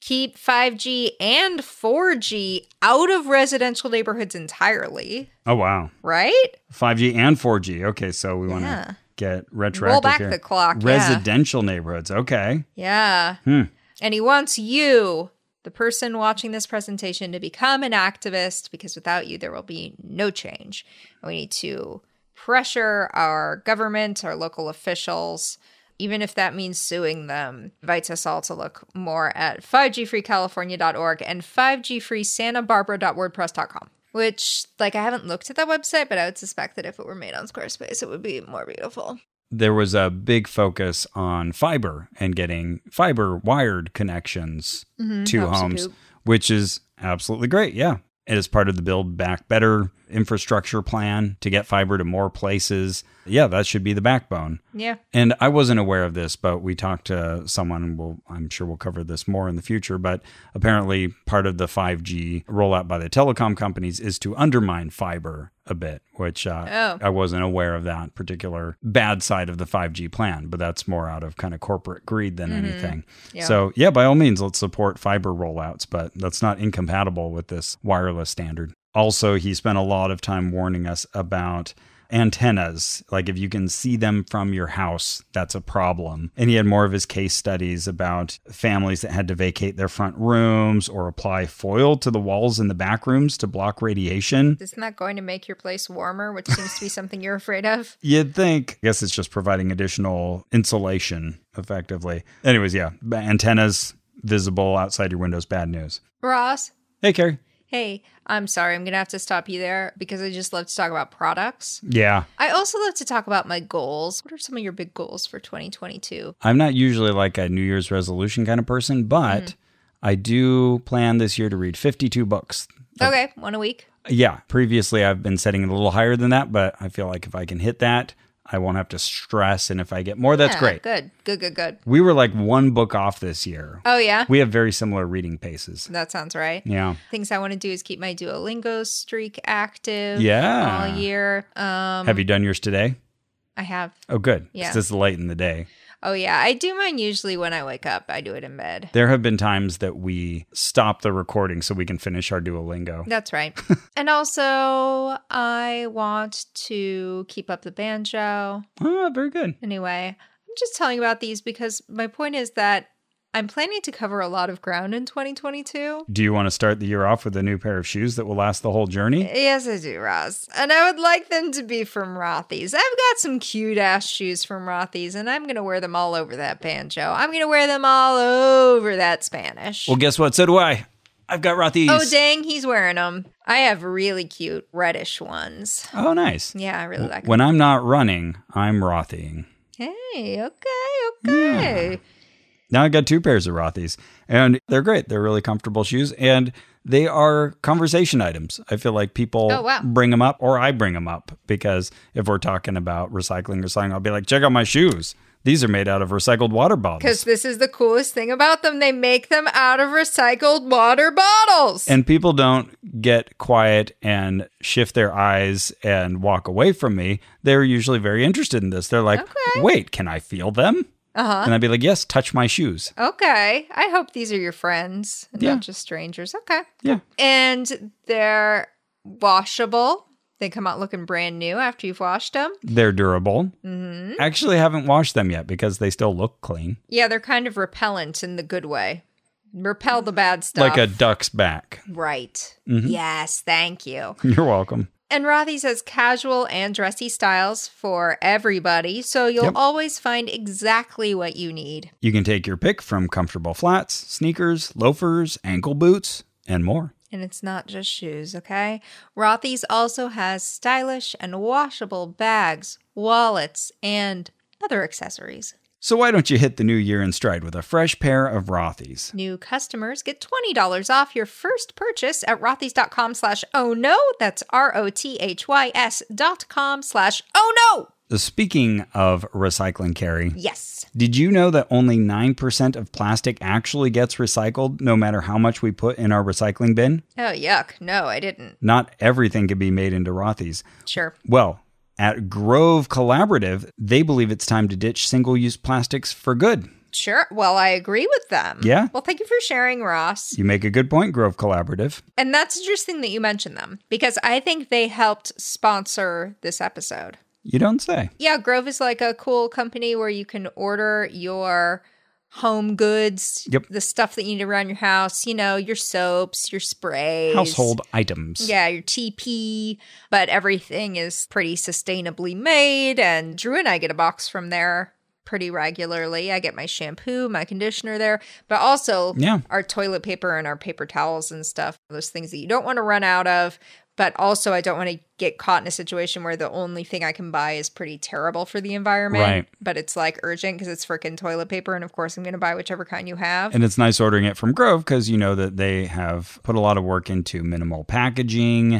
A: keep 5G and 4G out of residential neighborhoods entirely,
B: Oh wow,
A: right?
B: 5G and 4G. Okay, so we want to
A: Yeah.
B: get retroactive.
A: Roll back
B: here.
A: the clock. yeah.
B: Residential neighborhoods. Okay.
A: Yeah. And he wants you, the person watching this presentation, to become an activist because without you, there will be no change. And we need to pressure our government, our local officials, even if that means suing them. Invites us all to look more at 5gfreecalifornia.org and 5gfreesantabarbara.wordpress.com. Which, like, I haven't looked at that website, but I would suspect that if it were made on Squarespace, it would be more beautiful.
B: there was a big focus on fiber and getting fiber wired connections to
A: Mm-hmm. helps you
B: homes,
A: poop.
B: which is absolutely great. Yeah. It is part of the Build Back Better infrastructure plan to get fiber to more places. Yeah, that should be the backbone.
A: Yeah.
B: And I wasn't aware of this, but we talked to someone. and We'll, I'm sure we'll cover this more in the future. But apparently, part of the 5G rollout by the telecom companies is to undermine fiber a bit, which uh,
A: Oh.
B: I wasn't aware of that particular bad side of the 5G plan. But that's more out of kind of corporate greed than anything.
A: Yeah.
B: So, yeah, by all means, let's support fiber rollouts, but that's not incompatible with this wireless standard. Also, he spent a lot of time warning us about antennas. Like, if you can see them from your house, that's a problem. And he had more of his case studies about families that had to vacate their front rooms or apply foil to the walls in the back rooms to block radiation.
A: Isn't that going to make your place warmer, which seems to be something you're afraid of?
B: You'd think. I guess it's just providing additional insulation effectively. Anyways, yeah, antennas visible outside your windows, bad news.
A: Ross,
B: Hey, Carrie.
A: hey, I'm sorry, I'm going to have to stop you there because I just love to talk about products.
B: Yeah.
A: I also love to talk about my goals. What are some of your big goals for 2022?
B: I'm not usually like a New Year's resolution kind of person, but
A: Mm-hmm.
B: I do plan this year to read 52 books.
A: Okay, one a week.
B: Yeah. Previously, I've been setting it a little higher than that, but I feel like if I can hit that, I won't have to stress. And if I get more, that's
A: Yeah,
B: great.
A: Good, good, good, good.
B: We were like one book off this year.
A: Oh, yeah.
B: We have very similar reading paces.
A: that sounds right.
B: Yeah.
A: Things I want to do is keep my Duolingo streak active
B: Yeah.
A: all year. Um,
B: have you done yours today?
A: I have.
B: Oh, good.
A: Yeah.
B: It's just late in the day.
A: Oh, yeah. I do mine usually when I wake up. I do it in bed.
B: There have been times that we stop the recording so we can finish our Duolingo.
A: That's right. and also, I want to keep up the banjo.
B: Oh, very good.
A: Anyway, I'm just telling you about these because my point is that I'm planning to cover a lot of ground in 2022.
B: Do you want to start the year off with a new pair of shoes that will last the whole journey?
A: Yes, I do, Ross. And I would like them to be from Rothy's. I've got some cute ass shoes from Rothy's, and I'm going to wear them all over that banjo. I'm going to wear them all over that Spanish.
B: Well, guess what? So do I. I've got Rothy's.
A: oh, dang, he's wearing them. I have really cute reddish ones.
B: Oh, nice.
A: Yeah, I really like them.
B: When I'm not running, I'm Rothying.
A: Hey, okay, okay.
B: Now I got two pairs of Rothys, and they're great. They're really comfortable shoes, and they are conversation items. I feel like people
A: Oh, wow.
B: bring them up, or I bring them up because if we're talking about recycling or something, I'll be like, "Check out my shoes. These are made out of recycled water bottles."
A: Because this is the coolest thing about them. They make them out of recycled water bottles.
B: And people don't get quiet and shift their eyes and walk away from me. They're usually very interested in this. They're like,
A: Okay.
B: "Wait, can I feel them?" Uh-huh. And I'd be like, "Yes, touch my shoes."
A: okay. I hope these are your friends, and
B: Yeah.
A: not just strangers. Okay.
B: Yeah.
A: And they're washable. They come out looking brand new after you've washed them.
B: They're durable. Mm-hmm. Actually, haven't washed them yet because they still look clean,
A: Yeah, they're kind of repellent in the good way. Repel the bad stuff.
B: like a Mm-hmm. duck's back.
A: right. Yes, thank you.
B: You're welcome.
A: And Rothy's has casual and dressy styles for everybody, so you'll
B: Yep.
A: always find exactly what you need.
B: You can take your pick from comfortable flats, sneakers, loafers, ankle boots, and more.
A: And it's not just shoes, okay? Rothy's also has stylish and washable bags, wallets, and other accessories.
B: So why don't you hit the new year in stride with a fresh pair of Rothys?
A: New customers get $20 off your first purchase at rothys.com slash oh no. That's R-O-T-H-Y-S dot com slash oh no.
B: Uh, Speaking of recycling, Carrie,
A: Yes.
B: did you know that only 9% of plastic actually gets recycled no matter how much we put in our recycling bin?
A: Oh, yuck. No, I didn't.
B: Not everything can be made into Rothys.
A: Sure.
B: Well, at Grove Collaborative, they believe it's time to ditch single use plastics for good.
A: Sure. Well, I agree with them.
B: Yeah.
A: Well, thank you for sharing, Ross.
B: You make a good point, Grove Collaborative.
A: And that's interesting that you mentioned them because I think they helped sponsor this episode.
B: You don't say.
A: Yeah, Grove is like a cool company where you can order your home goods,
B: Yep.
A: the stuff that you need around your house, you know, your soaps, your sprays,
B: Household items.
A: Yeah, your TP, but everything is pretty sustainably made. And Drew and I get a box from there pretty regularly. I get my shampoo, my conditioner there, but also
B: Yeah.
A: our toilet paper and our paper towels and stuff, those things that you don't want to run out of. But also, I don't want to get caught in a situation where the only thing I can buy is pretty terrible for the environment.
B: Right.
A: But it's like urgent because it's freaking toilet paper. And of course, I'm going to buy whichever kind you have.
B: And it's nice ordering it from Grove because you know that they have put a lot of work into minimal packaging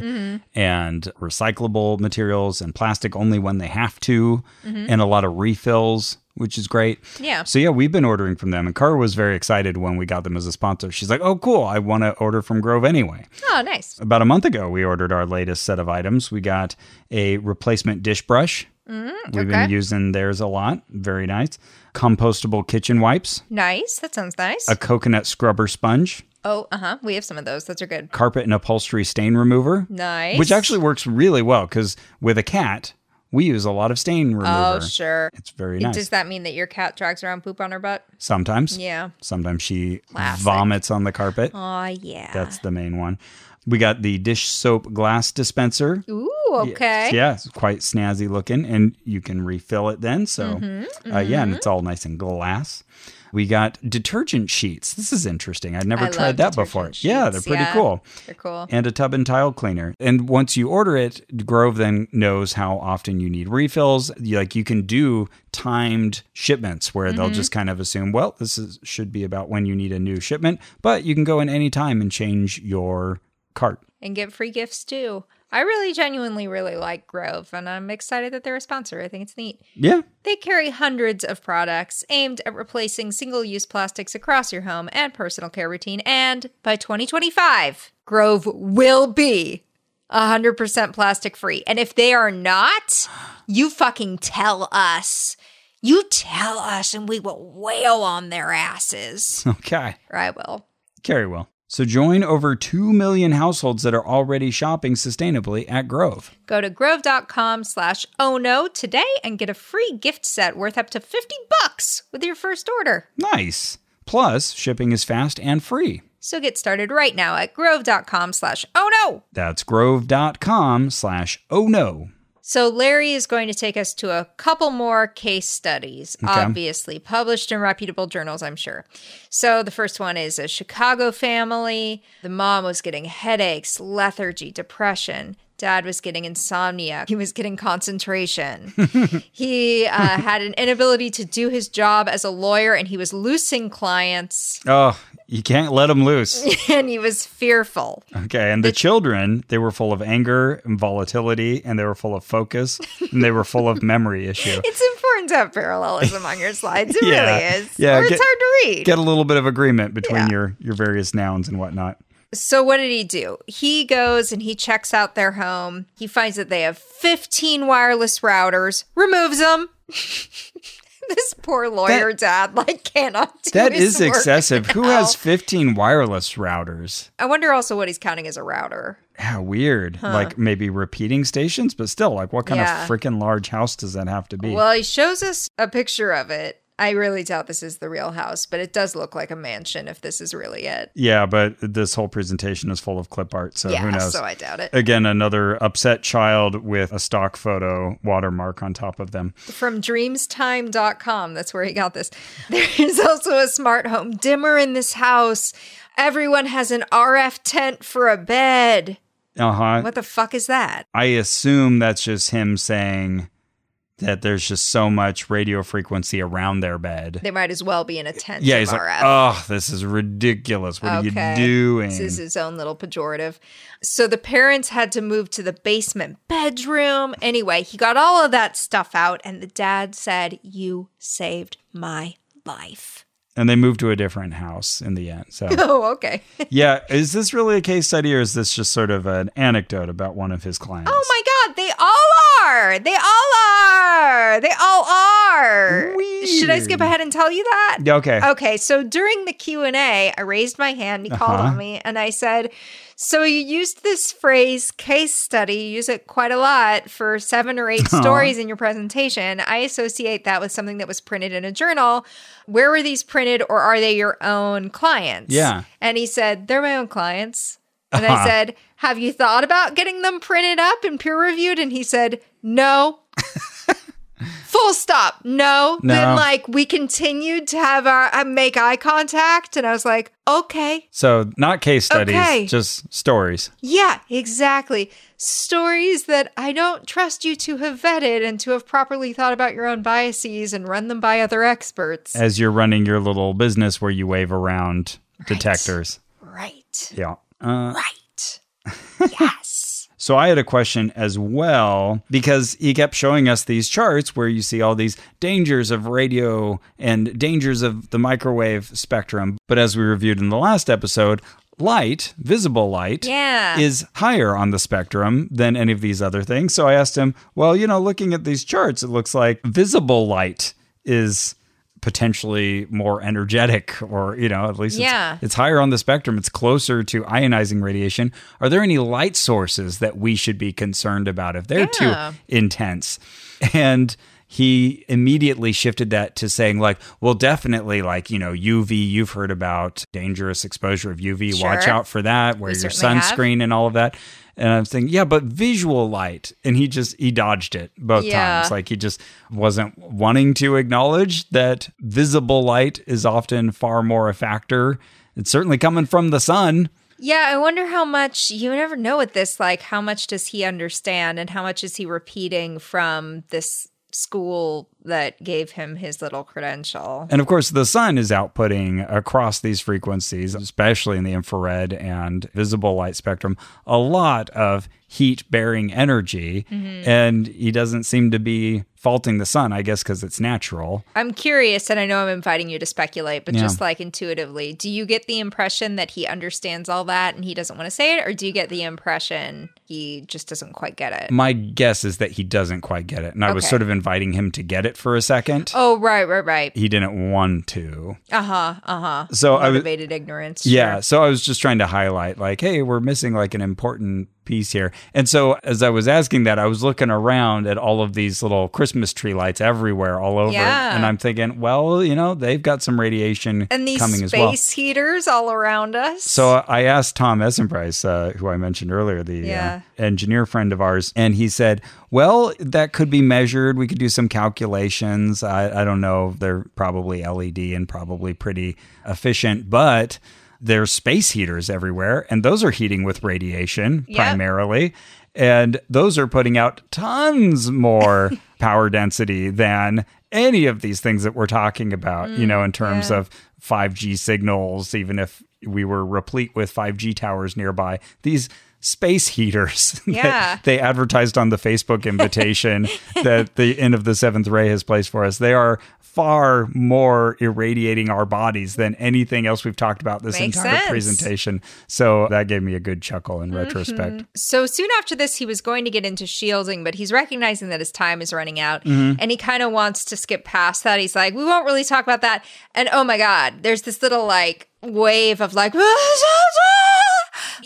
B: and recyclable materials and plastic only when they have to, and a lot of refills, which is great.
A: Yeah.
B: So, yeah, we've been ordering from them. And Cara was very excited when we got them as a sponsor. She's like, oh, cool. I want to order from Grove anyway.
A: Oh, nice.
B: About a month ago, we ordered our latest set of items. We got a replacement dish brush. We've been
A: Mm, okay.
B: using theirs a lot. Very nice. Compostable kitchen wipes,
A: Nice. That sounds nice.
B: a coconut scrubber sponge,
A: Oh, uh huh. We have some of those. Those are good.
B: carpet and upholstery stain remover,
A: Nice.
B: which actually works really well because with a cat, we use a lot of stain
A: Oh,
B: remover.
A: sure.
B: it's very nice.
A: Does that mean that your cat drags around poop on her butt?
B: Sometimes.
A: Yeah.
B: Sometimes she
A: Classic.
B: vomits on the carpet.
A: Oh, yeah.
B: That's the main one. We got the dish soap glass dispenser.
A: Ooh, okay.
B: Yeah, it's quite snazzy looking, and you can refill it then. So,
A: Mm-hmm,
B: Uh, yeah, and it's all nice and glass. We got detergent sheets. This is interesting. I've never
A: I love
B: tried that
A: detergent
B: before. Yeah, they're
A: sheets.
B: pretty
A: Yeah,
B: cool.
A: They're cool.
B: And a tub and tile cleaner. And once you order it, Grove then knows how often you need refills. You, like you can do timed shipments where they'll
A: Mm-hmm.
B: just kind of assume, well, this is, should be about when you need a new shipment, but you can go in any time and change your cart.
A: And get free gifts too. I really genuinely really like Grove and I'm excited that they're a sponsor. I think it's neat.
B: Yeah.
A: They carry hundreds of products aimed at replacing single use plastics across your home and personal care routine. And by 2025, Grove will be 100% plastic free. And if they are not, you fucking tell us. You tell us and we will wail on their asses.
B: Okay.
A: or I will.
B: Carry well. So join over 2 million households that are already shopping sustainably at Grove.
A: Go to grove.com slash ono today and get a free gift set worth up to 50 bucks with your first order.
B: Nice. Plus, shipping is fast and free.
A: So get started right now at grove.com slash oh ono.
B: That's grove.com slash oh no.
A: So Larry is going to take us to a couple more case studies, obviously published in reputable journals, I'm sure. So the first one is a Chicago family. The mom was getting headaches, lethargy, depression. Dad was getting insomnia. He was getting concentration. he uh, had an inability to do his job as a lawyer and he was losing clients
B: Oh, you can't let them loose.
A: and he was fearful.
B: Okay. And the children, they were full of anger and volatility, and they were full of focus, and they were full of memory issue.
A: It's important to have parallelism on your slides. It
B: Yeah.
A: really is.
B: Yeah,
A: or it's
B: get-
A: hard to read.
B: Get a little bit of agreement between
A: Yeah.
B: your, your various nouns and whatnot.
A: So what did he do? He goes and he checks out their home. He finds that they have 15 wireless routers, removes them. this poor lawyer dad like cannot do
B: That
A: his
B: is
A: work
B: excessive. Who
A: now.
B: has 15 wireless routers?
A: I wonder also what he's counting as a router.
B: How weird. Like maybe repeating stations, but still, like what kind
A: Yeah.
B: of freaking large house does that have to be?
A: Well, he shows us a picture of it. I really doubt this is the real house, but it does look like a mansion if this is really it.
B: yeah, but this whole presentation is full of clip art, so Oh, who
A: yeah,
B: knows?
A: so I doubt it.
B: Again, another upset child with a stock photo watermark on top of them.
A: from dreamstime.com. That's where he got this. There is also a smart home dimmer in this house. Everyone has an RF tent for a bed.
B: Uh huh.
A: What the fuck is that?
B: I assume that's just him saying that there's just so much radio frequency around their bed.
A: They might as well be in a tent.
B: yeah,
A: of
B: he's like,
A: RF.
B: oh, this is ridiculous. What
A: Okay.
B: are you doing?
A: This is his own little pejorative. So the parents had to move to the basement bedroom. Anyway, he got all of that stuff out, and the dad said, You saved my life.
B: and they moved to a different house in the end. So,
A: Oh, okay.
B: yeah, is this really a case study or is this just sort of an anecdote about one of his clients?
A: Oh my god, they all are. They all are. They all are. Should I skip
B: Weird.
A: ahead and tell you that?
B: Yeah, okay.
A: Okay, so during the Q&A, I raised my hand, he called
B: Uh-huh.
A: on me, and I said, "So you used this phrase case study, you use it quite a lot for seven or 8
B: Uh-huh.
A: stories in your presentation. I associate that with something that was printed in a journal. Where were these printed or are they your own clients?"
B: Yeah.
A: And he said, "They're my own clients." And I
B: Uh-huh.
A: said, Have you thought about getting them printed up and peer reviewed? And he said, No. Full stop. No.
B: No.
A: Then, like, we continued to have our uh, make eye contact. And I was like, Okay.
B: So, not case studies,
A: Okay.
B: just stories.
A: Yeah, exactly. Stories that I don't trust you to have vetted and to have properly thought about your own biases and run them by other experts.
B: As you're running your little business where you wave around detectors.
A: right.
B: Yeah. Uh,
A: Right. yes.
B: So I had a question as well because he kept showing us these charts where you see all these dangers of radio and dangers of the microwave spectrum. But as we reviewed in the last episode, light, visible light,
A: Yeah.
B: is higher on the spectrum than any of these other things. So I asked him, well, you know, looking at these charts, it looks like visible light is potentially more energetic or you know at least it's-
A: Yeah.
B: it's higher on the spectrum. It's closer to ionizing radiation. Are there any light sources that we should be concerned about if they're
A: Yeah.
B: too intense? And he immediately shifted that to saying, like, well, definitely, like, you know, UV, you've heard about dangerous exposure of UV. Watch
A: Sure.
B: out for that. Wear your
A: certainly have.
B: sunscreen and all of that. And I'm thinking, yeah, but visual light. And he just, he dodged it both
A: Yeah.
B: times. Like, he just wasn't wanting to acknowledge that visible light is often far more a factor. It's certainly coming from the sun.
A: Yeah, I wonder how much you never know with this. Like, how much does he understand, and how much is he repeating from this school that gave him his little credential?
B: And of course, the sun is outputting across these frequencies, especially in the infrared and visible light spectrum, a lot of heat bearing energy. And he doesn't seem to be faulting the sun, I guess, because it's natural.
A: I'm curious, and I know I'm inviting you to speculate, but
B: Yeah.
A: just like intuitively, do you get the impression that he understands all that and he doesn't want to say it, or do you get the impression he just doesn't quite get it?
B: My guess is that he doesn't quite get it. And I was
A: Okay.
B: sort of inviting him to get it for a second.
A: Oh, right, right, right.
B: He didn't want to.
A: Uh huh, uh huh.
B: So I was,
A: Motivated ignorance.
B: Yeah.
A: sure.
B: So I was just trying to highlight, like, hey, we're missing like an important piece here. And so as I was asking that, I was looking around at all of these little Christmas tree lights everywhere, all over.
A: Yeah.
B: And I'm thinking, well, you know, they've got some radiation
A: And these
B: coming
A: space
B: as well.
A: heaters all around us.
B: So I asked Tom Essenprice, uh, who I mentioned earlier, the
A: Yeah.
B: uh, engineer friend of ours, and he said, "Well, that could be measured. We could do some calculations. I, I don't know. They're probably LED and probably pretty efficient, but." There's space heaters everywhere, and those are heating with radiation
A: Yep.
B: primarily. And those are putting out tons more power density than any of these things that we're talking about, you know, in terms
A: Mm, yeah.
B: of 5G signals, even if we were replete with 5G towers nearby. These space heaters that
A: Yeah.
B: they advertised on the Facebook invitation that the end of the seventh ray has placed for us. They are far more irradiating our bodies than anything else we've talked about this
A: Makes
B: entire
A: sense.
B: presentation. So that gave me a good chuckle in
A: Mm-hmm.
B: retrospect.
A: So soon after this, he was going to get into shielding, but he's recognizing that his time is running out
B: Mm-hmm.
A: and he kind of wants to skip past that. He's like, we won't really talk about that. And oh my God, there's this little like wave of like,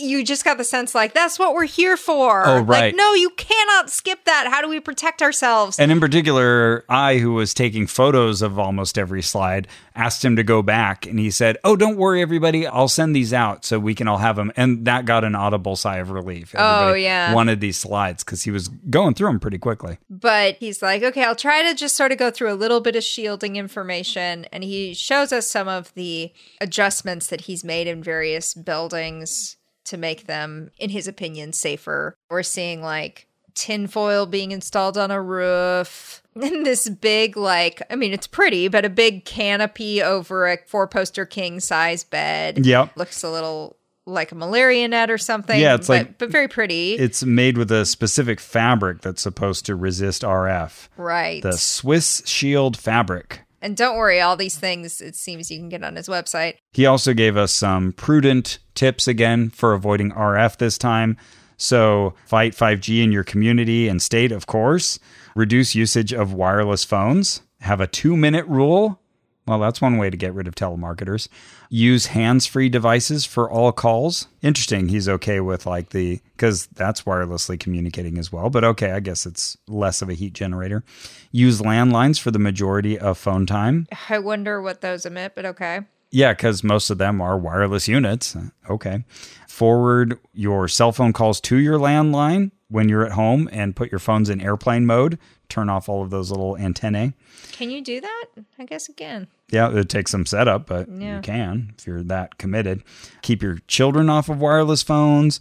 A: you just got the sense like, that's what we're here for.
B: Oh,
A: Like,
B: right.
A: no, you cannot skip that. How do we protect ourselves?
B: And in particular, I, who was taking photos of almost every slide, asked him to go back and he said, Oh, don't worry, everybody. I'll send these out so we can all have them. And that got an audible sigh of relief. Everybody
A: yeah.
B: Wanted these slides because he was going through them pretty quickly.
A: But he's like, okay, I'll try to just sort of go through a little bit of shielding information. And he shows us some of the adjustments that he's made in various buildings to make them, in his opinion, safer. We're seeing like tinfoil being installed on a roof. And this big, like, I mean, it's pretty, but a big canopy over a four poster king size bed.
B: Yep.
A: Looks a little like a malaria net or something.
B: Yeah, it's
A: but,
B: like-
A: but very pretty.
B: It's made with a specific fabric that's supposed to resist RF
A: right.
B: the Swiss Shield fabric.
A: And don't worry, all these things it seems you can get on his website.
B: He also gave us some prudent tips again for avoiding RF this time. So, fight 5G in your community and state, of course. Reduce usage of wireless phones. Have a two minute rule. Well, that's one way to get rid of telemarketers. Use hands free devices for all calls. Interesting. He's okay with like the, because that's wirelessly communicating as well. But okay, I guess it's less of a heat generator. Use landlines for the majority of phone time.
A: I wonder what those emit, but okay.
B: Yeah, because most of them are wireless units. Okay. Forward your cell phone calls to your landline when you're at home and put your phones in airplane mode. Turn off all of those little antennae.
A: Can you do that? I guess again.
B: Yeah, it takes some setup, but
A: Yeah.
B: you can if you're that committed. Keep your children off of wireless phones.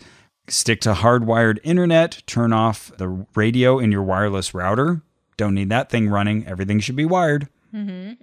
B: Stick to hardwired internet. Turn off the radio in your wireless router. Don't need that thing running. Everything should be wired.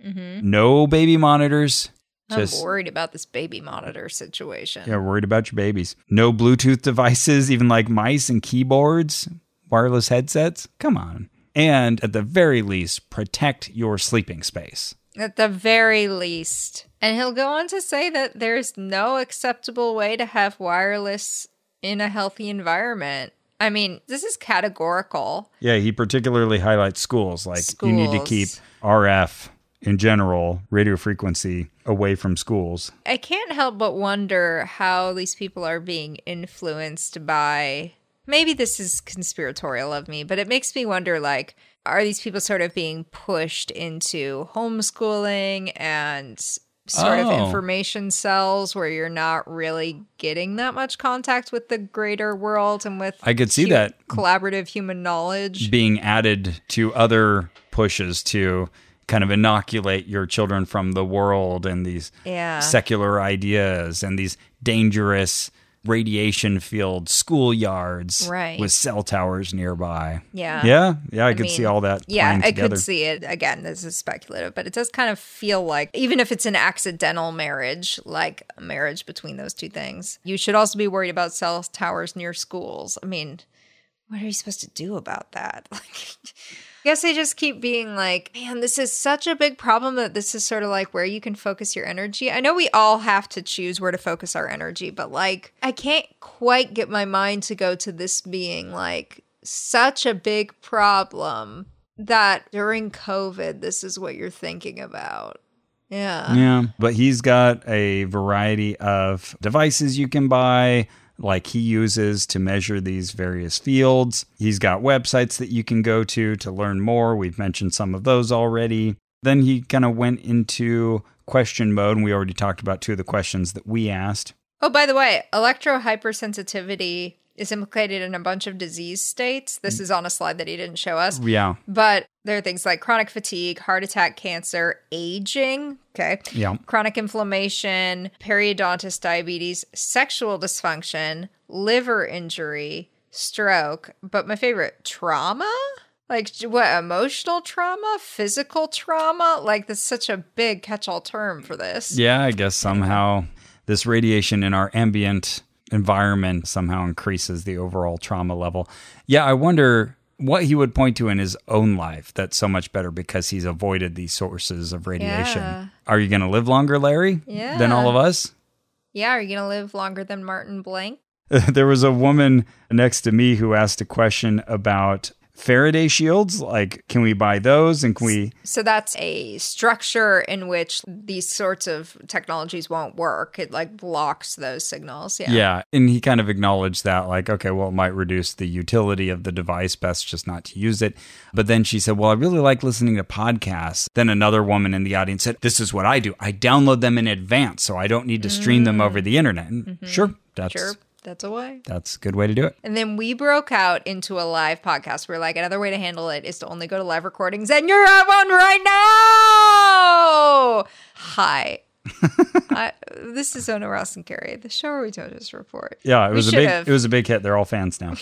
B: No baby monitors. Just
A: I'm worried about this baby monitor situation.
B: Yeah, worried about your babies. No Bluetooth devices, even like mice and keyboards, wireless headsets. Come on. And at the very least, protect your sleeping space.
A: At the very least. And he'll go on to say that there's no acceptable way to have wireless in a healthy environment. I mean, this is categorical.
B: Yeah, he particularly highlights schools. Like you need to keep
A: Schools.
B: RF in general, radio frequency, away from schools.
A: I can't help but wonder how these people are being influenced by. Maybe this is conspiratorial of me, but it makes me wonder like, are these people sort of being pushed into homeschooling and sort of
B: Oh.
A: information cells where you're not really getting that much contact with the greater world and with
B: I could see
A: hu-
B: that Mm.
A: collaborative human knowledge?
B: being added to other pushes to kind of inoculate your children from the world and these
A: Yeah.
B: secular ideas and these dangerous radiation filled schoolyards
A: Right.
B: with cell towers nearby.
A: Yeah.
B: Yeah. Yeah. I, could see
A: mean,
B: all that.
A: Yeah,
B: playing
A: I
B: together.
A: could see it. Again, this is speculative, but it does kind of feel like, even if it's an accidental marriage, like a marriage between those two things, you should also be worried about cell towers near schools. I mean, what are you supposed to do about that? Like, I guess they just keep being like, man, this is such a big problem that this is sort of like where you can focus your energy. I know we all have to choose where to focus our energy, but like, I can't quite get my mind to go to this being like such a big problem that during COVID, this is what you're thinking about. Yeah.
B: Yeah. But he's got a variety of devices you can buy, like he uses to measure these various fields. He's got websites that you can go to to learn more. We've mentioned some of those already. Then he kind of went into question mode, and we already talked about two of the questions that we asked.
A: Oh, by the way, electro hypersensitivity is implicated in a bunch of disease states. This is on a slide that he didn't show us.
B: Yeah.
A: But there are things like chronic fatigue, heart attack, cancer, aging, okay,
B: Yeah.
A: chronic inflammation, periodontitis, diabetes, sexual dysfunction, liver injury, stroke. But my favorite, trauma? Like j- what, emotional trauma, physical trauma? Like that's such a big catch all term for this.
B: Yeah. I guess somehow this radiation in our ambient environment somehow increases the overall trauma level. Yeah. I wonder what he would point to in his own life that's so much better because he's avoided these sources of radiation.
A: Yeah.
B: Are you going to live longer, Larry, than all of us?
A: Yeah, are you gonna live longer than Martin Blank?
B: there was a woman next to me who asked a question about Faraday shields. Like, can we buy those? And can we.
A: So that's a structure in which these sorts of technologies won't work. It like blocks those signals. Yeah.
B: Yeah. And he kind of acknowledged that, like, okay, well, it might reduce the utility of the device, best just not to use it. But then she said, well, I really like listening to podcasts. Then another woman in the audience said, this is what I do. I download them in advance, so I don't need to stream them over the internet. And Sure. That's.
A: Mm. Mm-hmm. Sure. That's a way.
B: That's a good way to do it.
A: And then we broke out into a live podcast. We are like, another way to handle it is to only go to live recordings, and you're at one right now. Hi. I, this is Ona Ross and Carrie, the show where we don't just report.
B: Yeah, it
A: We
B: was a
A: should
B: big
A: have.
B: it was a big hit. They're all fans now.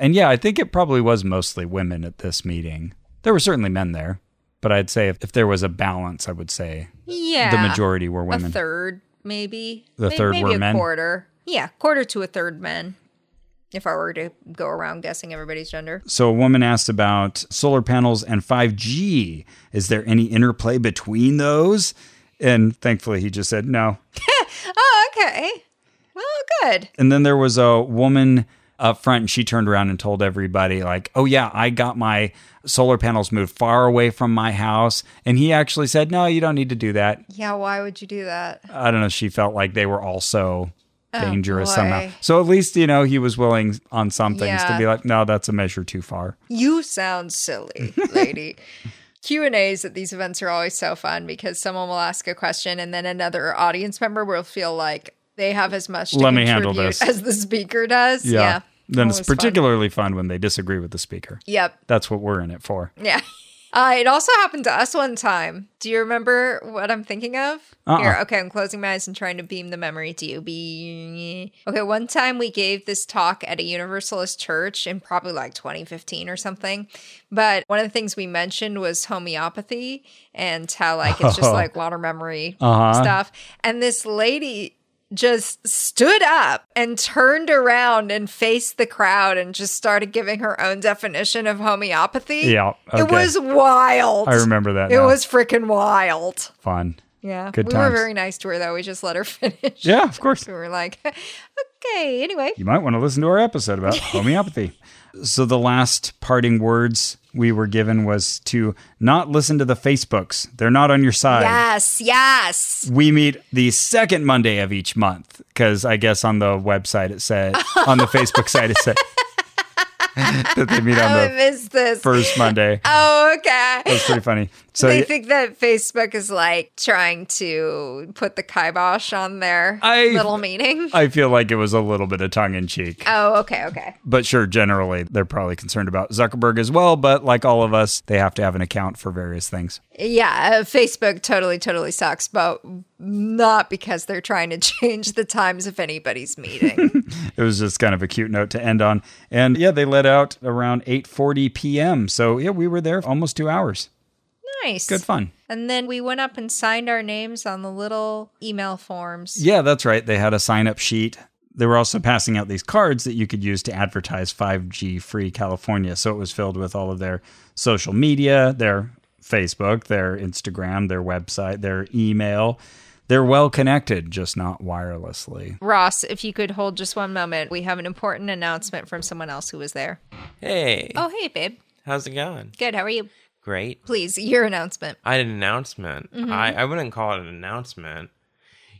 B: and yeah, I think it probably was mostly women at this meeting. There were certainly men there, but I'd say if, if there was a balance, I would say
A: yeah.
B: the majority were
A: a
B: women.
A: third, maybe.
B: The
A: May-
B: third
A: maybe
B: were
A: a
B: men?
A: quarter. Yeah, quarter to a third men. If I were to go around guessing everybody's gender,
B: So a woman asked about solar panels and 5G. Is there any interplay between those? And thankfully he just said no.
A: oh okay, well good.
B: And then there was a woman up front and she turned around and told everybody like, "Oh yeah, I got my solar panels moved far away from my house." And he actually said, "No, you don't need to do that."
A: Yeah, why would you do that?
B: I don't know, she felt like they were also dangerous
A: Oh, boy.
B: somehow. So at least, you know, he was willing on some things to
A: Yeah.
B: be like, "No, that's a measure too far."
A: You sound silly, lady. Q and A's at these events are always so fun because someone will ask a question and then another audience member will feel like they have as much to
B: Let me handle
A: contribute
B: this.
A: as the speaker does. Yeah,
B: Then it's
A: Always fun.
B: particularly fun when they disagree with the speaker.
A: Yep,
B: That's what we're in it for.
A: Yeah. Uh, it also happened to us one time. Do you remember what I'm thinking of?
B: Uh-uh.
A: Here, okay, I'm closing my eyes and trying to beam the memory to you. Be okay. One time we gave this talk at a Universalist church in probably like 2015 or something. But one of the things we mentioned was homeopathy and how like it's just like water memory
B: Uh-huh.
A: stuff. And this lady just stood up and turned around and faced the crowd and just started giving her own definition of homeopathy.
B: Yeah,
A: It
B: okay.
A: was wild.
B: I remember that.
A: It
B: now.
A: was freaking wild.
B: fun.
A: Yeah.
B: Good
A: we
B: times.
A: were very nice to her though. We just let her finish.
B: Yeah, of course.
A: We were like, okay, anyway.
B: You might want to listen to our episode about homeopathy. So the last parting words we were given was to not listen to the Facebooks. They're not on your side.
A: Yes, yes.
B: We meet the second Monday of each month because I guess on the website it said, on the Facebook site it said that they meet on
A: Oh, I
B: the
A: missed this.
B: first Monday.
A: oh, okay.
B: That's pretty funny. So
A: they
B: yeah,
A: think that Facebook is like trying to put the kibosh on their
B: I-
A: little meeting.
B: I feel like it was a little bit of tongue in cheek.
A: oh, okay, okay.
B: But sure, generally, they're probably concerned about Zuckerberg as well. But like all of us, they have to have an account for various things.
A: Yeah, uh, Facebook totally, totally sucks, but not because they're trying to change the times of anybody's meeting.
B: It was just kind of a cute note to end on. And yeah, they let out around 8:40 p.m. So yeah, we were there for almost 2 hours.
A: nice.
B: Good fun.
A: And then we went up and signed our names on the little email forms.
B: Yeah, that's right. They had a sign up sheet they were also passing out these cards that you could use to advertise 5G free California. So it was filled with all of their social media, their Facebook, their Instagram, their website, their email. They're well connected, just not wirelessly.
A: Ross, if you could hold just one moment, we have an important announcement from someone else who was there.
C: Hey,
A: Oh, hey, babe.
C: how's it going?
A: Good. How are you?
C: Great.
A: Please, your announcement.
C: I had an announcement.
A: Mm-hmm.
C: I, I wouldn't call it an announcement.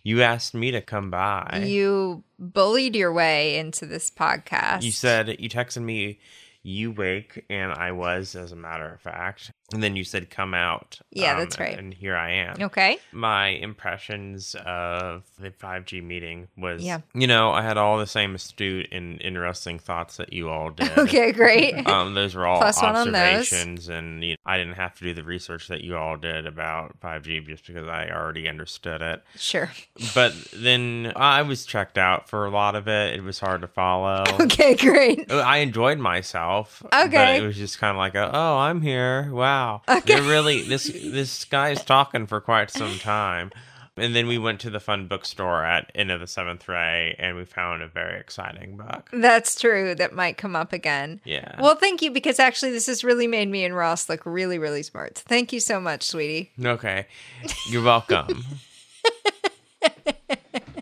C: You asked me to come by.
A: You bullied your way into this podcast.
C: You said you texted me, you wake, and I was, as a matter of fact. And then you said, come out. um,
A: Yeah, that's right.
C: And here I am.
A: Okay.
C: My impressions of the 5G meeting was,
A: Yeah.
C: you know, I had all the same astute and interesting thoughts that you all did.
A: Okay, great.
C: Um, those were all
A: Plus one on those.
C: observations, and you know, I didn't have to do the research that you all did about 5G just because I already understood it.
A: sure.
C: But then I was checked out for a lot of it. It was hard to follow.
A: Okay, great.
C: I enjoyed myself.
A: Okay.
C: But it was just kind of like, a, oh, I'm here. Wow. Okay. They're really this this guy is talking for quite some time. And then we went to the fun bookstore at end of the seventh ray, and we found a very exciting book.
A: That's true. That might come up again.
C: Yeah.
A: Mm. Well, thank you because actually, this has really made me and Ross look really, really smart. Thank you so much, sweetie.
C: Okay. You're welcome.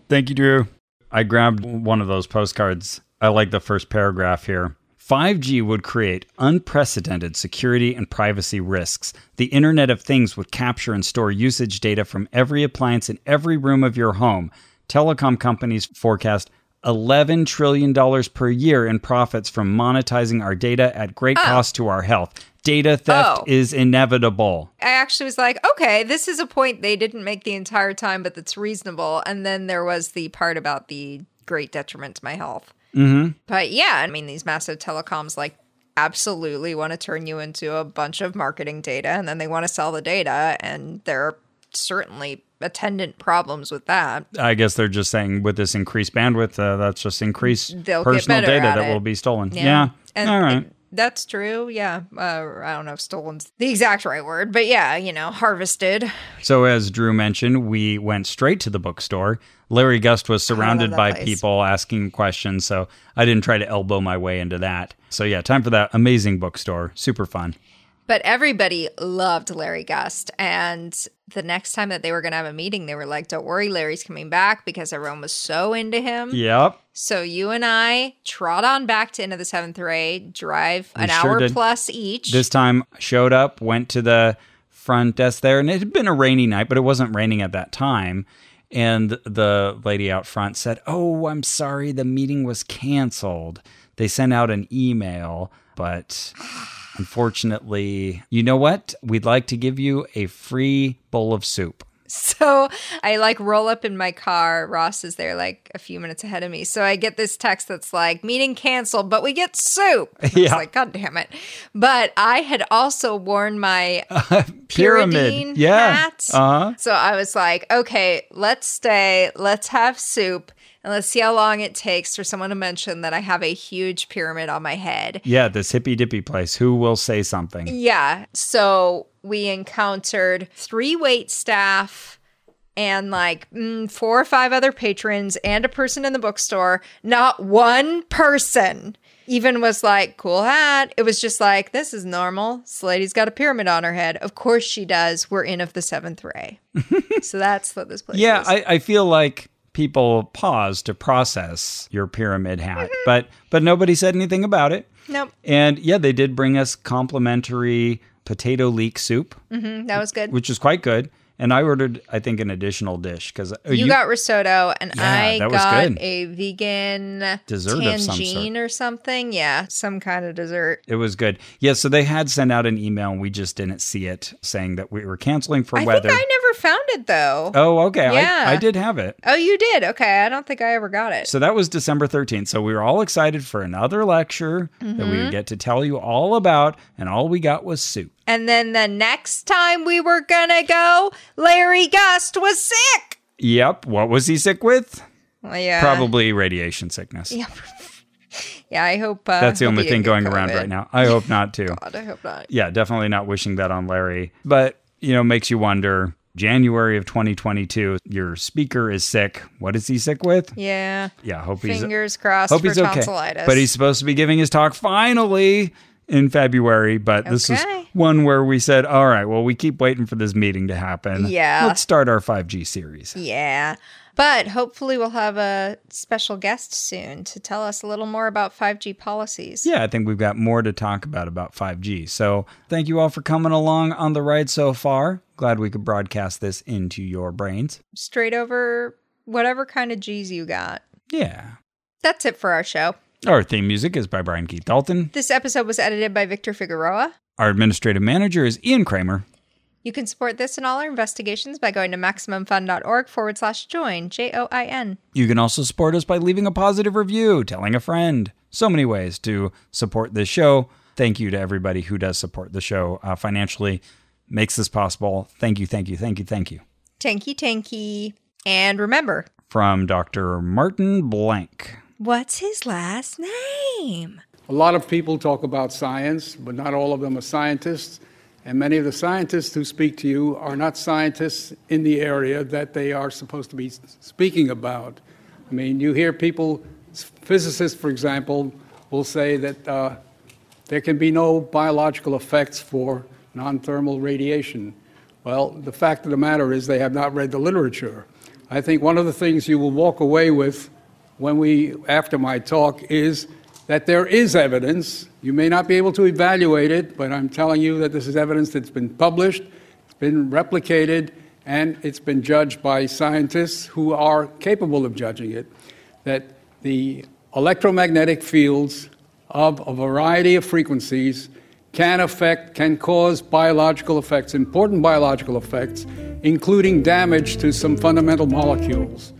B: Thank you, Drew. I grabbed one of those postcards. I like the first paragraph here. 5G would create unprecedented security and privacy risks. The Internet of Things would capture and store usage data from every appliance in every room of your home. Telecom companies forecast $11 trillion per year in profits from monetizing our data at great cost to our health. Data theft
A: Oh.
B: is inevitable.
A: I actually was like, okay, this is a point they didn't make the entire time, but that's reasonable. And then there was the part about the great detriment to my health. Mm-hmm. But yeah, I mean, these massive telecoms like absolutely want to turn you into a bunch of marketing data and then they want to sell the data. And there are certainly attendant problems with that.
B: I guess they're just saying with this increased bandwidth, uh, that's just increased
A: They'll get
B: personal
A: better
B: data
A: at
B: that
A: it.
B: will be stolen. Yeah.
A: And,
B: All right.
A: and that's true. Yeah. Uh, I don't know if stolen's the exact right word, but yeah, you know, harvested.
B: so, as Drew mentioned, we went straight to the bookstore. Larry Gust was surrounded
A: that
B: by
A: place.
B: people asking questions. So, I didn't try to elbow my way into that. So, yeah, time for that amazing bookstore. Super fun.
A: But everybody loved Larry Gust. And the next time that they were going to have a meeting, they were like, don't worry, Larry's coming back because everyone was so into him.
B: Yep.
A: So you and I trot on back to End of the Seventh Ray, drive an
B: sure
A: hour
B: did.
A: plus each.
B: This time, I showed up, went to the front desk there, and it had been a rainy night, but it wasn't raining at that time. And the lady out front said, "Oh, I'm sorry, the meeting was canceled. They sent out an email, but unfortunately, you know what? We'd like to give you a free bowl of soup."
A: So I like roll up in my car. Ross is there like a few minutes ahead of me. So I get this text that's like, meeting canceled, but we get soup. I was
B: Yeah.
A: like, God damn it. But I had also worn my pyridine
B: Pyramid, yeah,
A: hat.
B: uh-huh.
A: So I was like, okay, let's stay, let's have soup, and let's see how long it takes for someone to mention that I have a huge pyramid on my head.
B: Yeah, this hippy dippy place. Who will say something?
A: Yeah. So we encountered three wait staff and like mm, four or five other patrons and a person in the bookstore. Not one person even was like, cool hat. It was just like, this is normal. This lady's got a pyramid on her head. Of course she does. We're in of the seventh ray. so that's what this place
B: Yeah,
A: is.
B: I, I feel like people pause to process your pyramid hat,
A: Mm-hmm.
B: but but nobody said anything about it.
A: nope.
B: And yeah, they did bring us complimentary potato leek soup,
A: Mm, That was good.
B: which was quite good. And I ordered, I think, an additional dish uh, because
A: you, got risotto, and
B: Yeah,
A: I
B: that was
A: got
B: good.
A: a vegan
B: Dessert of some
A: tangine or something. Yeah, some kind of dessert.
B: it was good. Yeah, so they had sent out an email and we just didn't see it saying that we were canceling for
A: I
B: weather.
A: think I never found it though. Oh.
B: oh, okay.
A: Yeah.
B: I, I did have it.
A: you did. Okay, I don't think I ever got it.
B: So that was December 13th. So we were all excited for another lecture that we
A: Mm-hmm.
B: would get to tell you all about. And all we got was soup.
A: and then the next time we were gonna go, Larry Gust was sick.
B: Yep. What was he sick with?
A: Well, yeah,
B: Probably radiation sickness.
A: Yeah, Yeah, I hope uh,
B: That's the
A: hope
B: only
A: he didn't get
B: thing going around
A: COVID.
B: right now. I hope not, too.
A: God, I hope not.
B: yeah, definitely not wishing that on Larry. But, you know, makes you wonder January of 2022. Your speaker is sick. What is he sick with?
A: Yeah.
B: Yeah, hope he's
A: Fingers crossed
B: hope
A: for
B: he's okay.
A: tonsillitis.
B: But he's supposed to be giving his talk finally in February. But this is
A: Okay.
B: one where we said, all right, well, we keep waiting for this meeting to happen.
A: Yeah.
B: let's start our 5G series.
A: Yeah. But hopefully we'll have a special guest soon to tell us a little more about 5G policies.
B: Yeah, I think we've got more to talk about about 5G. So, thank you all for coming along on the ride so far. Glad we could broadcast this into your brains.
A: Straight over whatever kind of G's you got.
B: Yeah.
A: That's it for our show.
B: Our theme music is by Brian Keith Dalton.
A: This episode was edited by Victor Figueroa.
B: Our administrative manager is Ian Kramer.
A: You can support this and all our investigations by going to MaximumFun.org forward slash join, J O I N.
B: You can also support us by leaving a positive review, telling a friend. So many ways to support this show. Thank you to everybody who does support the show uh, financially, makes this possible. Thank you, thank you, thank you, thank you.
A: Tanky Tanky. And remember,
B: From Dr. Martin Blank.
A: what's his last name?
D: A lot of people talk about science, but not all of them are scientists. And many of the scientists who speak to you are not scientists in the area that they are supposed to be s- speaking about. I mean, you hear people, s- physicists, for example, will say that uh, there can be no biological effects for non thermal radiation. Well, the fact of the matter is they have not read the literature. I think one of the things you will walk away with when we, after my talk, is that there is evidence. You may not be able to evaluate it, but I'm telling you that this is evidence that's been published, it's been replicated, and it's been judged by scientists who are capable of judging it. That the electromagnetic fields of a variety of frequencies can affect, can cause biological effects, important biological effects, including damage to some fundamental molecules.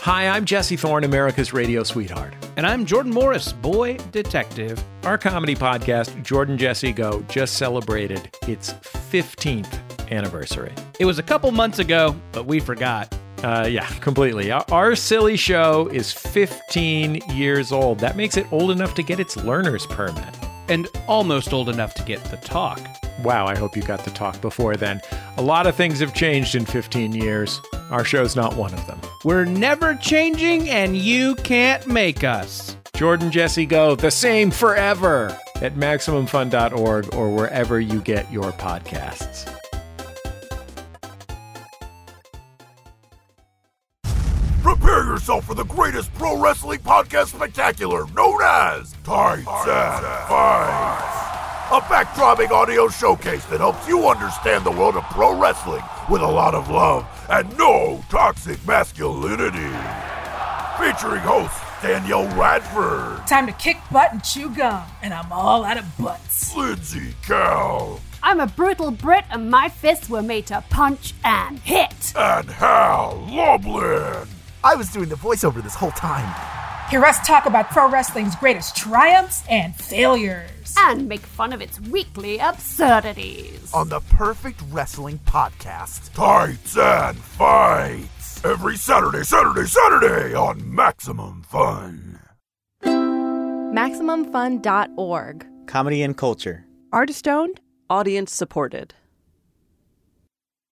E: Hi, I'm Jesse Thorne, America's radio sweetheart.
F: And I'm Jordan Morris, boy detective.
E: Our comedy podcast, Jordan Jesse Go, just celebrated its 15th anniversary.
F: It was a couple months ago, but we forgot.
E: Uh, yeah, completely. Our, our silly show is 15 years old. That makes it old enough to get its learner's permit.
F: And almost old enough to get the talk.
E: Wow, I hope you got to talk before then. A lot of things have changed in 15 years. Our show's not one of them.
F: We're never changing, and you can't make us.
E: Jordan Jesse Go, the same forever at MaximumFun.org or wherever you get your podcasts.
G: Prepare yourself for the greatest pro wrestling podcast spectacular known as Tights and Fights. A backdropping audio showcase that helps you understand the world of pro wrestling with a lot of love and no toxic masculinity. Featuring hosts Danielle Radford,
H: Time to kick butt and chew gum, and I'm all out of butts.
G: Lindsay Cal,
I: I'm a brutal Brit, and my fists were made to punch and hit.
G: and Hal Loblin.
J: I was doing the voiceover this whole time.
H: Hear us talk about pro wrestling's greatest triumphs and failures.
I: And make fun of its weekly absurdities.
J: On the Perfect Wrestling Podcast.
G: Tights and Fights. Every Saturday, Saturday, Saturday on Maximum Fun.
K: MaximumFun.org.
L: comedy and culture.
K: Artist owned,
L: Audience supported.